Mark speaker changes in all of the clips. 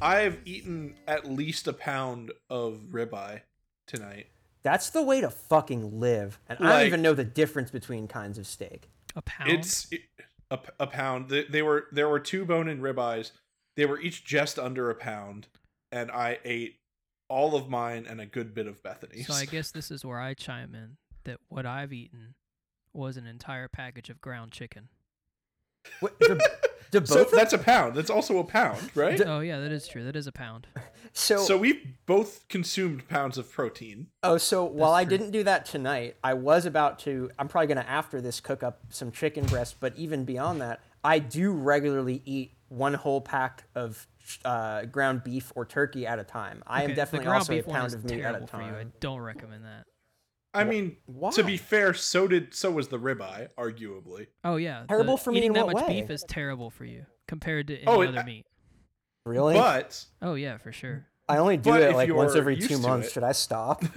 Speaker 1: I've eaten at least a pound of ribeye tonight.
Speaker 2: That's the way to fucking live. And I
Speaker 1: Like-
Speaker 2: don't even know the difference between kinds of steak.
Speaker 3: A pound.
Speaker 1: It's it, a, p- a pound. They, they were there were two bone-in ribeyes. They were each just under a pound, and I ate all of mine and a good bit of Bethany's.
Speaker 3: so I guess this is where I chime in that what I've eaten was an entire package of ground chicken.
Speaker 2: What, do, do both
Speaker 1: so
Speaker 2: of-
Speaker 1: that's a pound. That's also a pound, right?
Speaker 3: Oh yeah, that is true. That is a pound.
Speaker 2: so,
Speaker 1: So we both consumed pounds of protein.
Speaker 2: oh so while I
Speaker 3: true.
Speaker 2: didn't do that tonight, I was about to. I'm probably gonna after this cook up some chicken breast, but even beyond that, I do regularly eat one whole pack of uh, ground beef or turkey at a time. I
Speaker 3: Okay,
Speaker 2: am definitely
Speaker 3: the ground
Speaker 2: also a
Speaker 3: beef one
Speaker 2: pound
Speaker 3: is
Speaker 2: of meat at
Speaker 3: terrible
Speaker 2: a
Speaker 3: for you. I
Speaker 2: time.
Speaker 3: don't recommend that.
Speaker 1: I mean,
Speaker 2: why?
Speaker 1: to be fair, so did so was the ribeye, arguably.
Speaker 3: Oh yeah, the-
Speaker 2: Terrible for me
Speaker 3: eating
Speaker 2: in
Speaker 3: that
Speaker 2: what
Speaker 3: much
Speaker 2: way?
Speaker 3: beef is terrible for you compared to any
Speaker 1: Oh, it-
Speaker 3: other meat.
Speaker 2: Really?
Speaker 1: But
Speaker 3: Oh yeah, for sure.
Speaker 2: I only do
Speaker 1: but
Speaker 2: it
Speaker 1: if
Speaker 2: like once
Speaker 1: you're
Speaker 2: every
Speaker 1: used
Speaker 2: two
Speaker 1: to
Speaker 2: months.
Speaker 1: it-
Speaker 2: Should I stop?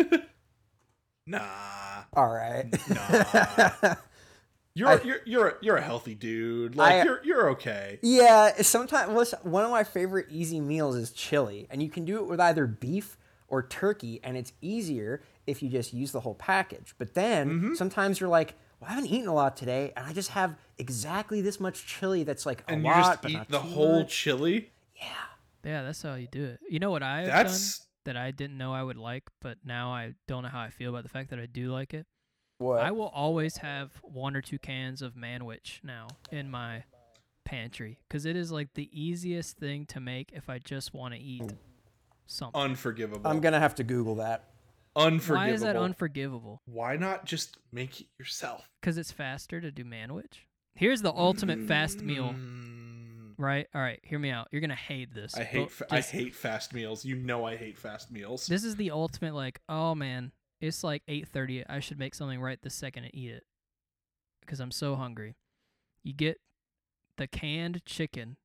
Speaker 1: nah,
Speaker 2: All right.
Speaker 1: nah. You're, you're you're a- you're a healthy dude. Like
Speaker 2: I-
Speaker 1: you're you're okay.
Speaker 2: Yeah, sometimes listen, one of my favorite easy meals is chili, and you can do it with either beef or turkey, and it's easier if you just use the whole package. But then
Speaker 1: Mm-hmm.
Speaker 2: sometimes you're like, well, I haven't eaten a lot today, and I just have exactly this much chili that's like a
Speaker 1: And you
Speaker 2: lot,
Speaker 1: just
Speaker 2: but
Speaker 1: eat
Speaker 2: not
Speaker 1: the
Speaker 2: too
Speaker 1: whole
Speaker 2: much.
Speaker 1: chili.
Speaker 3: Yeah, that's how you do it. You know what I've
Speaker 1: That's-
Speaker 3: done that I didn't know I would like, but now I don't know how I feel about the fact that I do like it.
Speaker 2: What?
Speaker 3: I will always have one or two cans of Manwich now in my pantry because it is like the easiest thing to make if I just want to eat something.
Speaker 1: Unforgivable.
Speaker 2: I'm gonna have to Google that.
Speaker 1: unforgivable.
Speaker 3: Why is that unforgivable?
Speaker 1: Why not just make it yourself?
Speaker 3: Because it's faster to do Manwich. Here's the ultimate fast meal,
Speaker 1: Mm,
Speaker 3: right? All right, hear me out. You're gonna hate this.
Speaker 1: I
Speaker 3: but
Speaker 1: hate fa- I
Speaker 3: just-
Speaker 1: hate fast meals. You know I hate fast meals.
Speaker 3: This is the ultimate. Like, oh man, it's like 8:30. I should make something right this second and eat it because I'm so hungry. You get the canned chicken,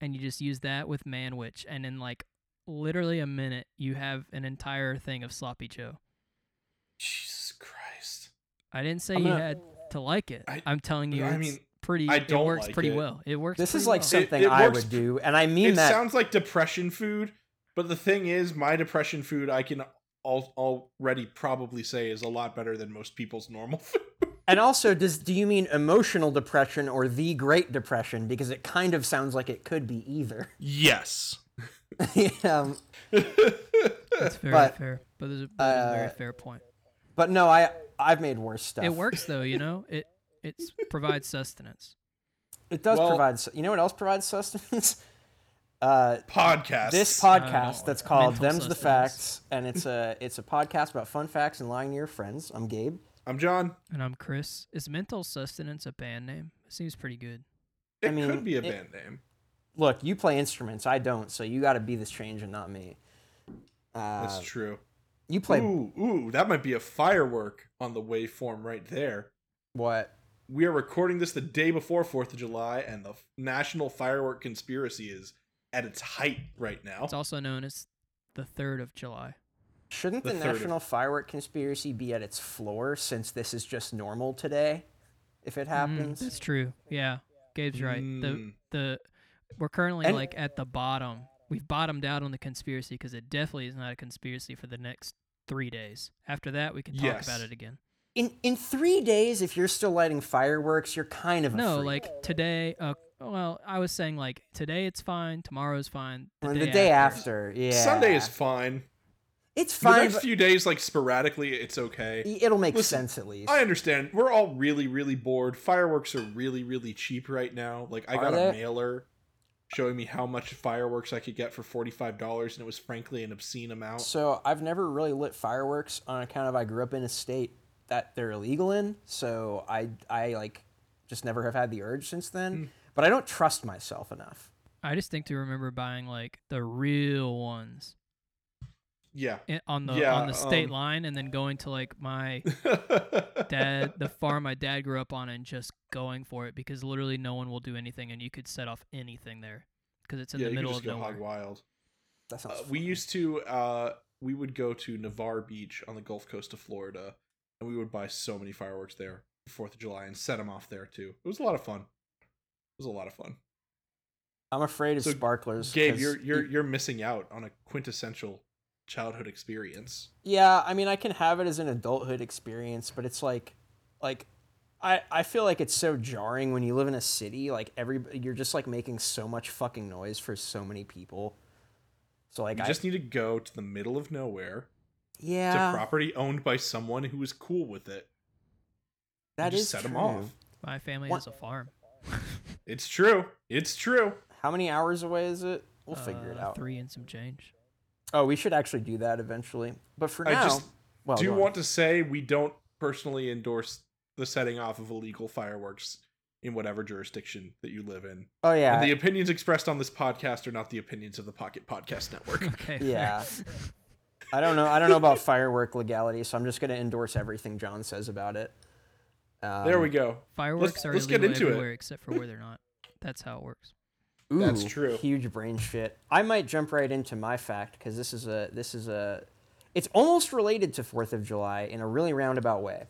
Speaker 3: and you just use that with manwich, and in like literally a minute, you have an entire thing of sloppy joe.
Speaker 1: Jesus Christ.
Speaker 3: I didn't say
Speaker 2: I'm
Speaker 3: you
Speaker 2: gonna-
Speaker 3: had to like it.
Speaker 1: I-
Speaker 3: am telling you,
Speaker 1: I
Speaker 3: it's
Speaker 1: mean,
Speaker 3: pretty.
Speaker 1: I
Speaker 3: it
Speaker 1: don't
Speaker 3: works
Speaker 1: like
Speaker 3: pretty
Speaker 1: it.
Speaker 3: well. It works.
Speaker 2: This
Speaker 3: pretty
Speaker 2: is like
Speaker 3: well.
Speaker 1: some-
Speaker 2: something
Speaker 1: it
Speaker 2: I
Speaker 1: works
Speaker 2: would
Speaker 1: pr-
Speaker 2: do, and I mean
Speaker 1: it
Speaker 2: that.
Speaker 1: sounds like depression food, but the thing is, my depression food I can al- already probably say is a lot better than most people's normal food.
Speaker 2: and also, does do you mean emotional depression or the Great Depression? Because it kind of sounds like it could be either.
Speaker 1: Yes.
Speaker 2: um,
Speaker 3: It's very
Speaker 2: but,
Speaker 3: fair, but there's a, that is a very
Speaker 2: uh,
Speaker 3: fair point.
Speaker 2: But no, I I've made worse stuff.
Speaker 3: It works though, you know. It it provides sustenance.
Speaker 2: It does
Speaker 1: Well-
Speaker 2: provide. su- You know what else provides sustenance? Uh,
Speaker 1: Podcast.
Speaker 2: this
Speaker 3: I
Speaker 2: podcast
Speaker 3: don't
Speaker 2: that's
Speaker 3: know.
Speaker 2: called
Speaker 3: Mental
Speaker 2: "Them's the
Speaker 3: sustenance.
Speaker 2: Facts," and it's a it's a podcast about fun facts and lying to your friends. I'm Gabe.
Speaker 1: I'm John.
Speaker 3: And I'm Chris. Is Mental Sustenance a band name? It seems pretty good.
Speaker 1: It
Speaker 2: mean,
Speaker 1: could be a
Speaker 2: it-
Speaker 1: band name.
Speaker 2: Look, you play instruments. I don't, so you got to be this change and not me. Uh,
Speaker 1: That's true.
Speaker 2: you play
Speaker 1: Ooh, ooh, that might be a firework on the waveform right there.
Speaker 2: what?
Speaker 1: We are recording this the day before 4th of July, and the f- national firework conspiracy is at its height right now.
Speaker 3: It's also known as the 3rd of July.
Speaker 2: Shouldn't
Speaker 1: The
Speaker 2: the,
Speaker 1: third of-
Speaker 2: national firework conspiracy be at its floor since this is just normal today? If
Speaker 3: Mm.
Speaker 2: it happens,
Speaker 3: That's true. Yeah. Gabe's right. The
Speaker 1: Mm.
Speaker 3: the we're currently
Speaker 2: And-
Speaker 3: like at the bottom. We've bottomed out on the conspiracy because it definitely is not a conspiracy for the next 3 days. After that, we can talk about
Speaker 1: Yes.
Speaker 3: it again.
Speaker 2: in in three days, if you're still lighting fireworks, you're kind of a
Speaker 3: No,
Speaker 2: freak.
Speaker 3: like today, uh well, I was saying like today it's fine, tomorrow's fine, the,
Speaker 2: Well,
Speaker 3: day, after.
Speaker 2: after. yeah.
Speaker 1: Sunday is fine.
Speaker 2: It's
Speaker 1: the
Speaker 2: fine.
Speaker 1: next
Speaker 2: But
Speaker 1: few days, like sporadically, it's okay.
Speaker 2: y- it'll make
Speaker 1: Listen,
Speaker 2: sense at least.
Speaker 1: I understand. We're all really, really bored. Fireworks are really, really cheap right now. Like I
Speaker 2: Are
Speaker 1: got a
Speaker 2: they?
Speaker 1: mailer showing me how much fireworks I could get for forty five dollars, and it was frankly an obscene amount.
Speaker 2: so I've never really lit fireworks on account of I grew up in a state that they're illegal in. So I I like just never have had the urge since
Speaker 1: Hmm.
Speaker 2: then. But I don't trust myself enough.
Speaker 3: I distinctly remember buying like the real ones
Speaker 1: Yeah.
Speaker 3: i- on the
Speaker 1: Yeah,
Speaker 3: on the state
Speaker 1: um,
Speaker 3: line and then going to like my dad the farm my dad grew up on and just going for it because literally no one will do anything and you could set off anything there because it's in
Speaker 1: yeah,
Speaker 3: the
Speaker 1: you could
Speaker 3: middle
Speaker 1: just
Speaker 3: of
Speaker 1: go
Speaker 3: nowhere.
Speaker 1: hog wild.
Speaker 2: That sounds.
Speaker 1: Uh, we
Speaker 2: fun.
Speaker 1: used to. Uh, we would go to Navarre Beach on the Gulf Coast of Florida, and we would buy so many fireworks there for Fourth of July and set them off there too. It was a lot of fun. It was a lot of fun.
Speaker 2: I'm afraid of
Speaker 1: So,
Speaker 2: sparklers.
Speaker 1: Gabe,
Speaker 2: 'cause
Speaker 1: you're you're
Speaker 2: y-
Speaker 1: you're missing out on a quintessential childhood experience.
Speaker 2: Yeah, I mean, I can have it as an adulthood experience, but it's like, like, I I feel like it's so jarring when you live in a city. Like every, you're just like making so much fucking noise for so many people. So like,
Speaker 1: You
Speaker 2: I
Speaker 1: just need to go to the middle of nowhere
Speaker 2: yeah,
Speaker 1: to property owned by someone who is cool with it. and
Speaker 2: that
Speaker 1: just
Speaker 2: is
Speaker 1: set
Speaker 2: true.
Speaker 1: them off.
Speaker 3: My family
Speaker 2: What-
Speaker 3: has a farm.
Speaker 1: It's true. It's true.
Speaker 2: How many hours away is it? We'll figure it
Speaker 3: Uh,
Speaker 2: out.
Speaker 3: Three and some change.
Speaker 2: Oh, we should actually do that eventually. But for
Speaker 1: I
Speaker 2: now,
Speaker 1: just
Speaker 2: well,
Speaker 1: do
Speaker 2: go
Speaker 1: you
Speaker 2: on.
Speaker 1: want to say we don't personally endorse the setting off of illegal fireworks in whatever jurisdiction that you live in.
Speaker 2: Oh yeah,
Speaker 1: And the opinions expressed on this podcast are not the opinions of the Pocket Podcast Network.
Speaker 3: Okay. fair.
Speaker 2: Yeah. I don't know. I don't know about firework legality, so I'm just gonna endorse everything John says about it. Um,
Speaker 1: there we go.
Speaker 3: Fireworks are
Speaker 1: let's get
Speaker 3: illegal
Speaker 1: into it.
Speaker 3: everywhere except for where they're not. That's how it works.
Speaker 1: That's
Speaker 2: Ooh,
Speaker 1: true.
Speaker 2: Huge brain shit. I might jump right into my fact because this is a this is a it's almost related to Fourth of July in a really roundabout way.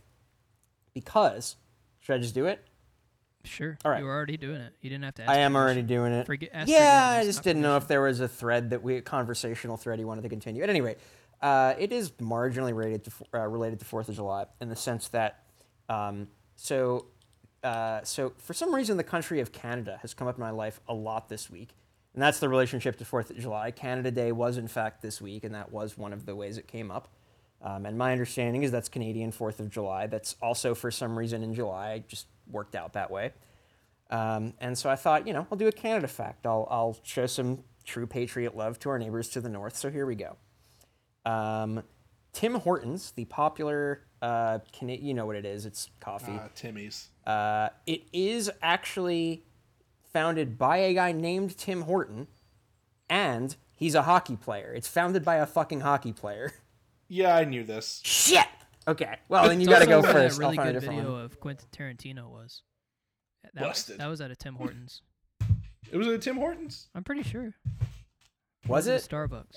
Speaker 2: Because should I just do it?
Speaker 3: Sure.
Speaker 2: All right.
Speaker 3: You were already doing it. You didn't have to ask.
Speaker 2: I am
Speaker 3: permission.
Speaker 2: already doing it.
Speaker 3: Forget- ask
Speaker 2: yeah, I
Speaker 3: forgiveness,
Speaker 2: just
Speaker 3: not
Speaker 2: didn't know if there was a thread that we a conversational thread you wanted to continue. At any rate, uh, it is marginally related to uh, related to Fourth of July in the sense that um, so uh, so for some reason the country of Canada has come up in my life a lot this week, and that's the relationship to Fourth of July. Canada Day was in fact this week, and that was one of the ways it came up. Um, and my understanding is that's Canadian Fourth of July. That's also for some reason in July. It just worked out that way. Um, and so I thought, you know, I'll do a Canada fact. I'll, I'll show some true patriot love to our neighbors to the north. So here we go. Um, Tim Hortons, the popular, uh, Cana- you know what it is, it's coffee.
Speaker 1: Ah, Timmy's.
Speaker 2: Uh, it is actually founded by a guy named Tim Horton, and he's a hockey player. It's founded by a fucking hockey player.
Speaker 1: Yeah, I knew this.
Speaker 2: Shit! Okay, well, then you
Speaker 3: It's
Speaker 2: gotta go
Speaker 3: also where
Speaker 2: first.
Speaker 3: That really
Speaker 2: I'll find a
Speaker 3: good
Speaker 2: different
Speaker 3: video
Speaker 2: one.
Speaker 3: of Quentin Tarantino was. That,
Speaker 1: Busted.
Speaker 3: Was, that was at a Tim Hortons.
Speaker 1: It was a Tim Hortons.
Speaker 3: I'm pretty sure.
Speaker 2: Was it?
Speaker 3: It was at Starbucks.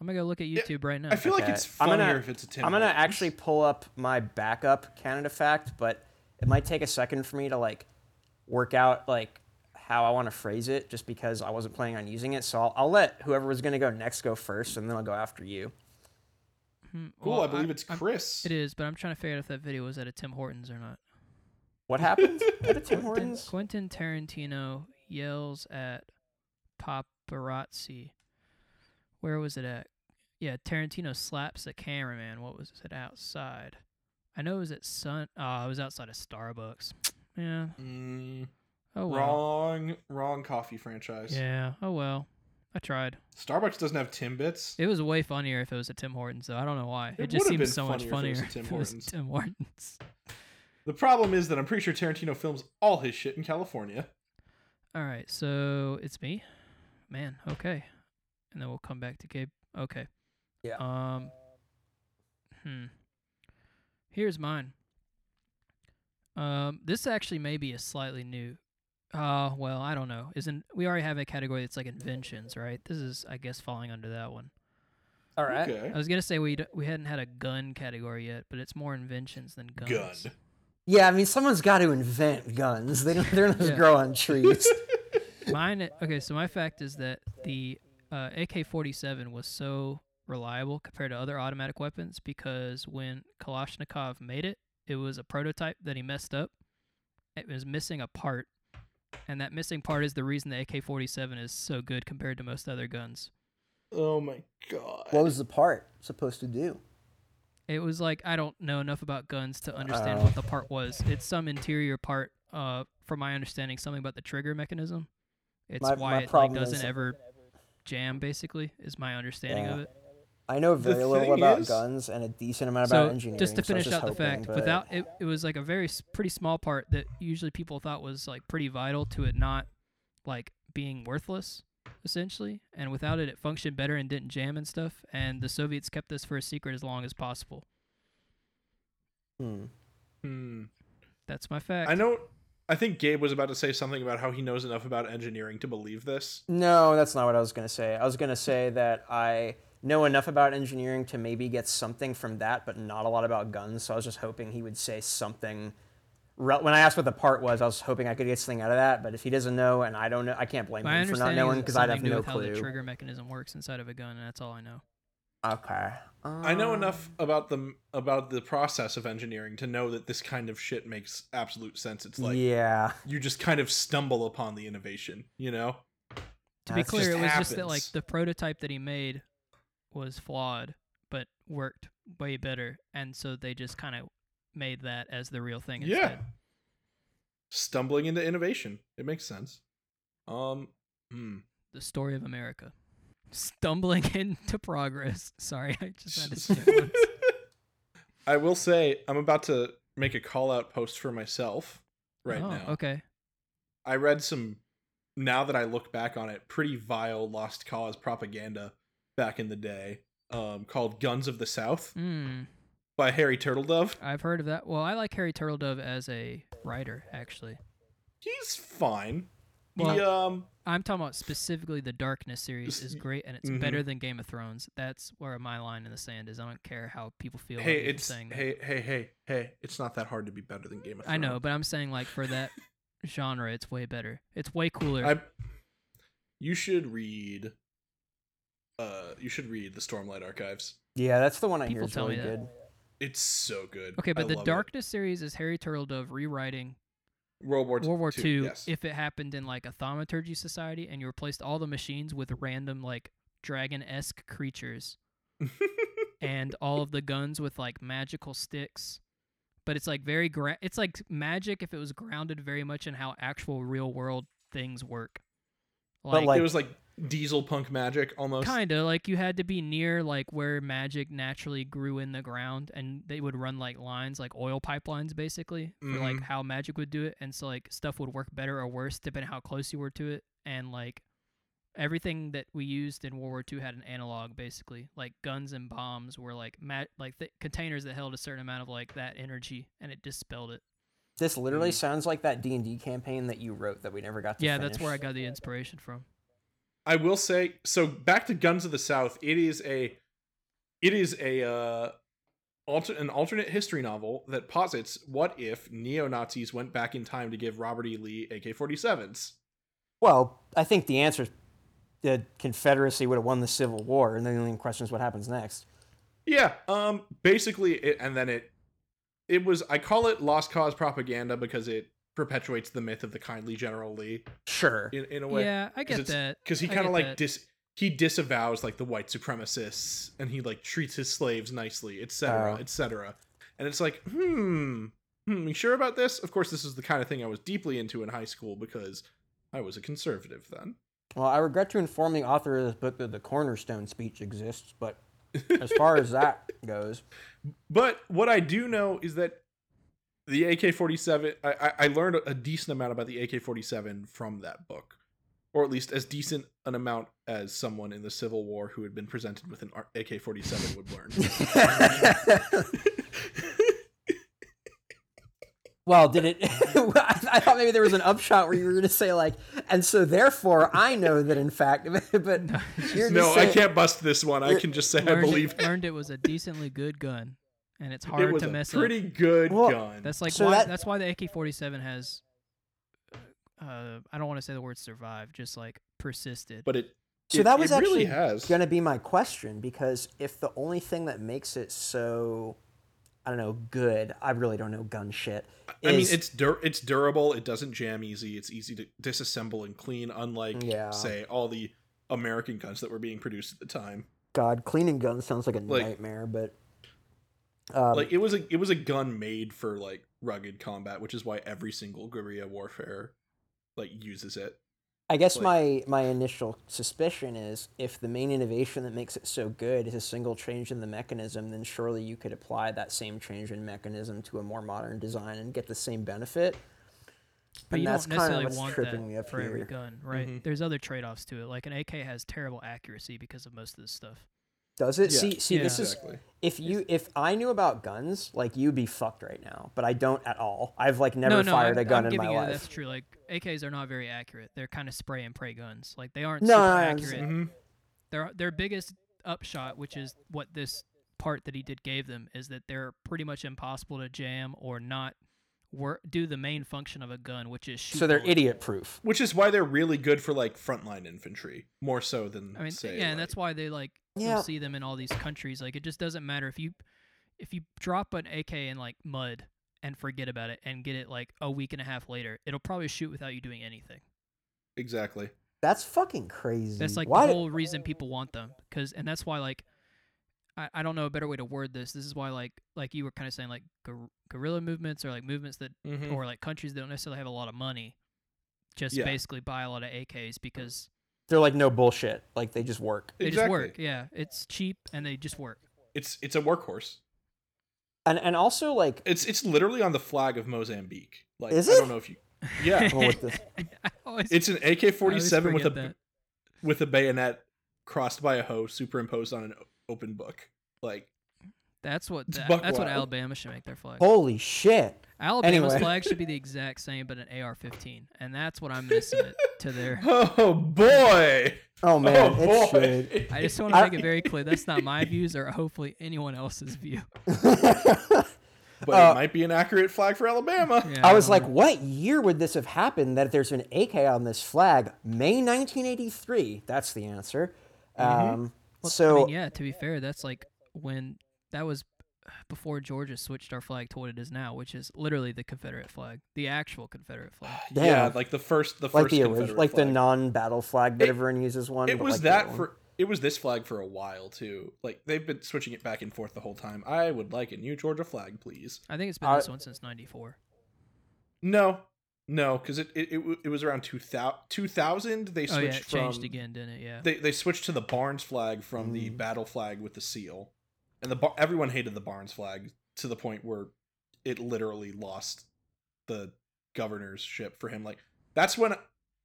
Speaker 3: I'm gonna go look at YouTube right now.
Speaker 1: I feel like
Speaker 2: Okay.
Speaker 1: it's
Speaker 2: I'm
Speaker 1: funnier
Speaker 2: gonna-
Speaker 1: if it's a Tim.
Speaker 2: I'm gonna
Speaker 1: Hortons.
Speaker 2: actually pull up my backup Canada fact, but it might take a second for me to like work out like how I want to phrase it, just because I wasn't planning on using it. So I'll, I'll let whoever was gonna go next go first, and then I'll go after you.
Speaker 3: Hmm,
Speaker 1: Cool,
Speaker 3: well,
Speaker 1: I believe it's
Speaker 3: I'm-
Speaker 1: Chris.
Speaker 3: It is, but I'm trying to figure out if that video was at a Tim Hortons or not.
Speaker 2: What happened at the Tim
Speaker 3: Quentin-
Speaker 2: Hortons?
Speaker 3: Quentin Tarantino yells at paparazzi. Where was it at? Yeah, Tarantino slaps a cameraman. What was it outside? I know it was at Sun. Oh, it was outside of Starbucks. Yeah.
Speaker 1: Mm,
Speaker 3: Oh well.
Speaker 1: wrong, wrong coffee franchise.
Speaker 3: Yeah. Oh well. I tried.
Speaker 1: Starbucks doesn't have Timbits.
Speaker 3: It was way funnier if it was at Tim Hortons, though. I don't know why. It,
Speaker 1: It
Speaker 3: just
Speaker 1: would've been
Speaker 3: seems so much
Speaker 1: funnier
Speaker 3: funnier
Speaker 1: if it was at Tim
Speaker 3: if it was
Speaker 1: Hortons.
Speaker 3: Tim Hortons.
Speaker 1: The problem is that I'm pretty sure Tarantino films all his shit in California.
Speaker 3: All right, so it's me, man. Okay, and then we'll come back to Gabe. Okay.
Speaker 2: Yeah.
Speaker 3: Um. Hmm. Here's mine. Um. This actually may be a slightly new. Uh. Well, I don't know. Isn't we already have a category that's like inventions, right? This is, I guess, falling under that one.
Speaker 2: All right.
Speaker 1: Okay.
Speaker 3: I was gonna say we d- we hadn't had a gun category yet, but it's more inventions than guns.
Speaker 1: Gun.
Speaker 2: Yeah, I mean someone's got to invent guns. They don't. They're not just
Speaker 3: Yeah.
Speaker 2: grow on trees.
Speaker 3: Mine. Okay, so my fact is that the uh, AK-47 was so reliable compared to other automatic weapons because when Kalashnikov made it, it was a prototype that he messed up. It was missing a part, and that missing part is the reason the AK-47 is so good compared to most other guns.
Speaker 1: Oh my god.
Speaker 2: what was the part supposed to do?
Speaker 3: It was like I don't know enough about guns to understand
Speaker 2: Oh.
Speaker 3: what the part was. It's some interior part, uh, from my understanding, something about the trigger mechanism. It's
Speaker 2: My-
Speaker 3: why
Speaker 2: my
Speaker 3: it like
Speaker 2: problem
Speaker 3: doesn't
Speaker 2: is-
Speaker 3: ever jam. Basically, is my understanding of
Speaker 2: Yeah.
Speaker 3: it.
Speaker 2: I know
Speaker 1: The
Speaker 2: very little
Speaker 1: thing
Speaker 2: about
Speaker 1: is-
Speaker 2: guns and a decent amount about
Speaker 3: So
Speaker 2: engineering.
Speaker 3: just to
Speaker 2: so I was
Speaker 3: finish out the
Speaker 2: hoping,
Speaker 3: fact,
Speaker 2: but-
Speaker 3: without it, it was like a very s- pretty small part that usually people thought was like pretty vital to it not like being worthless essentially. And without it, it functioned better and didn't jam and stuff. And the Soviets kept this for a secret as long as possible.
Speaker 2: Hmm.
Speaker 1: Hmm.
Speaker 3: That's my fact.
Speaker 1: I know. I think Gabe was about to say something about how he knows enough about engineering to believe this.
Speaker 2: No, that's not what I was going to say. I was going to say that I know enough about engineering to maybe get something from that, but not a lot about guns. So I was just hoping he would say something re- when I asked what the part was, I was hoping I could get something out of that. But if he doesn't know, and I don't know, I can't blame
Speaker 3: My
Speaker 2: him for not
Speaker 3: understanding
Speaker 2: knowing
Speaker 3: is it's
Speaker 2: because I'd
Speaker 3: something
Speaker 2: have
Speaker 3: to do
Speaker 2: no
Speaker 3: with how the
Speaker 2: clue.
Speaker 3: trigger mechanism works inside of a gun, and that's all I know.
Speaker 2: Okay.
Speaker 1: I know
Speaker 3: Uh.
Speaker 2: Um,
Speaker 1: enough about the about the process of engineering to know that this kind of shit makes absolute sense. It's like
Speaker 2: yeah.
Speaker 1: you just kind of stumble upon the innovation, you know?
Speaker 3: To be
Speaker 2: That's
Speaker 3: clear,
Speaker 1: just
Speaker 3: it was just that like
Speaker 1: happens.
Speaker 3: the prototype that he made was flawed, but worked way better, and so they just kind of made that as the real thing
Speaker 1: Yeah.
Speaker 3: instead.
Speaker 1: Stumbling into innovation. It makes sense. Um hmm.
Speaker 3: The story of America, stumbling into progress. Sorry, I just had to. say it.
Speaker 1: I will say I'm about to make a call out post for myself right
Speaker 3: oh,
Speaker 1: now.
Speaker 3: Okay.
Speaker 1: I read some now that I look back on it, pretty vile lost cause propaganda back in the day, um, called Guns of the South
Speaker 3: Mm,
Speaker 1: by Harry Turtledove.
Speaker 3: I've heard of that. Well, I like Harry Turtledove as a writer, actually.
Speaker 1: He's fine. he
Speaker 3: Well-
Speaker 1: um
Speaker 3: I'm talking about specifically the Darkness series
Speaker 1: S-
Speaker 3: is great and it's
Speaker 1: mhm.
Speaker 3: better than Game of Thrones. That's where my line in the sand is. I don't care how people feel. about
Speaker 1: hey
Speaker 3: me for
Speaker 1: it's
Speaker 3: saying that.
Speaker 1: hey hey hey hey it's not that hard to be better than Game of Thrones.
Speaker 3: I know, but I'm saying like for that genre, it's way better. It's way cooler.
Speaker 1: I you should read uh you should read the Stormlight Archives.
Speaker 2: Yeah, that's the one I
Speaker 3: People
Speaker 2: hear is
Speaker 3: tell me
Speaker 2: really
Speaker 3: that.
Speaker 2: good.
Speaker 1: It's so good.
Speaker 3: okay, but
Speaker 1: I
Speaker 3: the
Speaker 1: love it.
Speaker 3: Darkness series is Harry Turtledove rewriting
Speaker 1: World War
Speaker 3: World War
Speaker 1: Two,
Speaker 3: II
Speaker 1: yes.
Speaker 3: if it happened in like a thaumaturgy society and you replaced all the machines with random like dragon esque creatures and all of the guns with like magical sticks. But it's like very gra- it's like magic if it was grounded very much in how actual real world things work.
Speaker 2: But,
Speaker 1: it
Speaker 2: like-
Speaker 1: was like diesel punk magic almost.
Speaker 3: kind of like you had to be near like where magic naturally grew in the ground and they would run like lines like oil pipelines basically for like
Speaker 1: Mhm.
Speaker 3: how magic would do it and so like stuff would work better or worse depending how close you were to it and like everything that we used in world war ii had an analog basically like guns and bombs were like ma- like th- containers that held a certain amount of like that energy and it dispelled it
Speaker 2: This literally
Speaker 1: Mhm.
Speaker 2: sounds like that D and D campaign that you wrote that we never got to.
Speaker 3: Mm. yeah that's
Speaker 2: finish.
Speaker 3: where i got the inspiration from
Speaker 1: I will say so back to Guns of the South, it is a it is a uh alter, an alternate history novel that posits what if neo-Nazis went back in time to give Robert E. Lee AK-47s.
Speaker 2: Well, I think the answer is the Confederacy would have won the Civil War, and then the only question is what happens next.
Speaker 1: Yeah, um basically it, and then it it was I call it lost cause propaganda because it perpetuates the myth of the kindly General Lee
Speaker 2: Sure.
Speaker 1: in, in a way.
Speaker 3: yeah i get that
Speaker 1: because he
Speaker 3: I
Speaker 1: kind of
Speaker 3: get
Speaker 1: like
Speaker 3: that.
Speaker 1: dis he disavows like the white supremacists and he like treats his slaves nicely etc
Speaker 2: Oh.
Speaker 1: etc and it's like hmm hmm you sure about this of course this is the kind of thing i was deeply into in high school because i was a conservative then
Speaker 2: Well, I regret to inform the author of this book that the cornerstone speech exists, but as far as that goes,
Speaker 1: but what i do know is that the ak-47 i i, I learned a decent amount about the ak-47 from that book or at least as decent an amount as someone in the Civil War who had been presented with an AK 47 would learn.
Speaker 2: well, did it? I I thought maybe there was an upshot where you were going to say like, and so therefore I know that in fact, but you're just
Speaker 1: No, I
Speaker 2: saying-
Speaker 1: can't bust this one.
Speaker 2: uh,
Speaker 1: I can just say I
Speaker 3: learned
Speaker 1: believe
Speaker 3: it, learned it was a decently good gun, and it's
Speaker 1: it
Speaker 3: hard
Speaker 1: was
Speaker 3: to
Speaker 1: a
Speaker 3: mess
Speaker 1: pretty
Speaker 3: up.
Speaker 1: good
Speaker 2: Well,
Speaker 1: gun.
Speaker 3: uh, That's like
Speaker 2: So
Speaker 3: why,
Speaker 2: that-
Speaker 3: that's why the AK-47 has. Uh, I don't want to say the word survive, just like persisted.
Speaker 1: but it.
Speaker 2: So
Speaker 1: it-
Speaker 2: that was
Speaker 1: it really
Speaker 2: actually
Speaker 1: has.
Speaker 2: going to be my question because if the only thing that makes it so, I don't know, good, I really don't know gun shit.
Speaker 1: I mean,
Speaker 2: is-
Speaker 1: it's dur- it's durable. It doesn't jam easy. It's easy to disassemble and clean, unlike
Speaker 2: Yeah.
Speaker 1: say all the American guns that were being produced at the time.
Speaker 2: God cleaning guns sounds like a
Speaker 1: Like-
Speaker 2: nightmare, but um,
Speaker 1: like it was a it was a gun made for like rugged combat, which is why every single guerrilla warfare like uses it.
Speaker 2: I guess
Speaker 1: like-
Speaker 2: my my initial suspicion is if the main innovation that makes it so good is a single change in the mechanism, then surely you could apply that same change in mechanism to a more modern design and get the same benefit.
Speaker 3: But
Speaker 2: and
Speaker 3: you
Speaker 2: that's
Speaker 3: don't
Speaker 2: kinda
Speaker 3: necessarily
Speaker 2: what's
Speaker 3: want
Speaker 2: tripping me
Speaker 3: that
Speaker 2: up
Speaker 3: for every
Speaker 2: here.
Speaker 3: gun, right?
Speaker 1: Mhm.
Speaker 3: There's other trade-offs to it. Like an AK has terrible accuracy because of most of this stuff.
Speaker 2: Does it?
Speaker 1: Yeah,
Speaker 2: see, see, this is
Speaker 1: Exactly.
Speaker 2: if you if I knew about guns, like you'd be fucked right now. But I don't at all. I've like never
Speaker 3: no, no,
Speaker 2: fired a
Speaker 3: I'm,
Speaker 2: gun
Speaker 3: I'm
Speaker 2: in my
Speaker 3: giving you that That's
Speaker 2: life.
Speaker 3: true. Like AKs are not very accurate. They're kind of spray and pray guns. Like they aren't
Speaker 2: No,
Speaker 3: super
Speaker 2: no, no, I'm mm-hmm. just-
Speaker 3: accurate.
Speaker 1: Mhm.
Speaker 3: their their biggest upshot, which is what this part that he did gave them, is that they're pretty much impossible to jam or not work do the main function of a gun, which is shoot
Speaker 2: So they're
Speaker 3: bullets.
Speaker 2: idiot proof.
Speaker 1: Which is why they're really good for like frontline infantry more so than
Speaker 3: I mean,
Speaker 1: say,
Speaker 3: yeah, and
Speaker 1: like-
Speaker 3: that's why they like
Speaker 2: Yeah.
Speaker 3: you'll see them in all these countries. Like it just doesn't matter if you if you drop an AK in like mud and forget about it and get it like a week and a half later, it'll probably shoot without you doing anything.
Speaker 1: exactly.
Speaker 2: That's fucking crazy.
Speaker 3: That's like
Speaker 2: Why
Speaker 3: the
Speaker 2: did-
Speaker 3: whole reason people want them, because and that's why like I, I don't know a better way to word this. This is why like like you were kind of saying like guer- guerrilla movements or like movements that
Speaker 1: Mhm.
Speaker 3: or like countries that don't necessarily have a lot of money just
Speaker 1: Yeah.
Speaker 3: basically buy a lot of AKs because
Speaker 2: they're like no bullshit. Like they just work.
Speaker 3: they just
Speaker 1: Exactly.
Speaker 3: work. Yeah, it's cheap and they just work.
Speaker 1: It's it's a workhorse.
Speaker 2: And and also like
Speaker 1: It's it's literally on the flag of Mozambique. Like
Speaker 2: Is
Speaker 1: I
Speaker 2: it? Oh.
Speaker 1: don't know if you Yeah.
Speaker 2: I'm gonna look this-
Speaker 3: I always-
Speaker 1: it's an
Speaker 3: I
Speaker 1: AK-47
Speaker 3: always
Speaker 1: with a
Speaker 3: forget that.
Speaker 1: with a bayonet crossed by a hoe superimposed on an o- open book. Like
Speaker 3: That's what
Speaker 1: It's
Speaker 3: the,
Speaker 1: buck
Speaker 3: that's what
Speaker 1: wild.
Speaker 3: Alabama should make their flag.
Speaker 2: holy shit.
Speaker 3: Alabama's
Speaker 2: anyway.
Speaker 3: flag should be the exact same, but an AR-15, and that's what I'm missing it to their.
Speaker 1: oh boy.
Speaker 2: Oh man,
Speaker 1: oh
Speaker 2: it
Speaker 1: boy.
Speaker 2: should.
Speaker 3: I just want to
Speaker 2: I-
Speaker 3: make it very clear that's not my views or hopefully anyone else's view.
Speaker 1: but
Speaker 2: Uh,
Speaker 1: it might be an accurate flag for Alabama.
Speaker 3: Yeah,
Speaker 2: I was like,
Speaker 3: don't know.
Speaker 2: what year would this have happened that there's an AK on this flag? May 1983. That's the answer. Um,
Speaker 3: Mm-hmm. I
Speaker 2: so
Speaker 3: mean, yeah. To be fair, that's like when that was before Georgia switched our flag to what it is now, which is literally the Confederate flag, the actual Confederate flag.
Speaker 1: Yeah,
Speaker 2: Damn.
Speaker 1: like the first the
Speaker 2: like
Speaker 1: first
Speaker 2: the
Speaker 1: Confederate
Speaker 2: original, like the
Speaker 1: flag.
Speaker 2: non-battle flag that
Speaker 1: It-
Speaker 2: everyone uses one.
Speaker 1: It
Speaker 2: but,
Speaker 1: was
Speaker 2: like, the other
Speaker 1: that
Speaker 2: one.
Speaker 1: for it was this flag for a while too. Like they've been switching it back and forth the whole time. I would like a new Georgia flag, please.
Speaker 3: I think it's been
Speaker 2: I-
Speaker 3: this one since '94.
Speaker 1: No. No, cuz it it, it w- it was around 2000, 2000 they
Speaker 3: Oh
Speaker 1: switched
Speaker 3: yeah, it changed
Speaker 1: from
Speaker 3: again, didn't it? Yeah.
Speaker 1: they they switched to the Barnes flag from the battle flag with the seal. And the Bar- everyone hated the Barnes flag to the point where it literally lost the governorship for him like that's when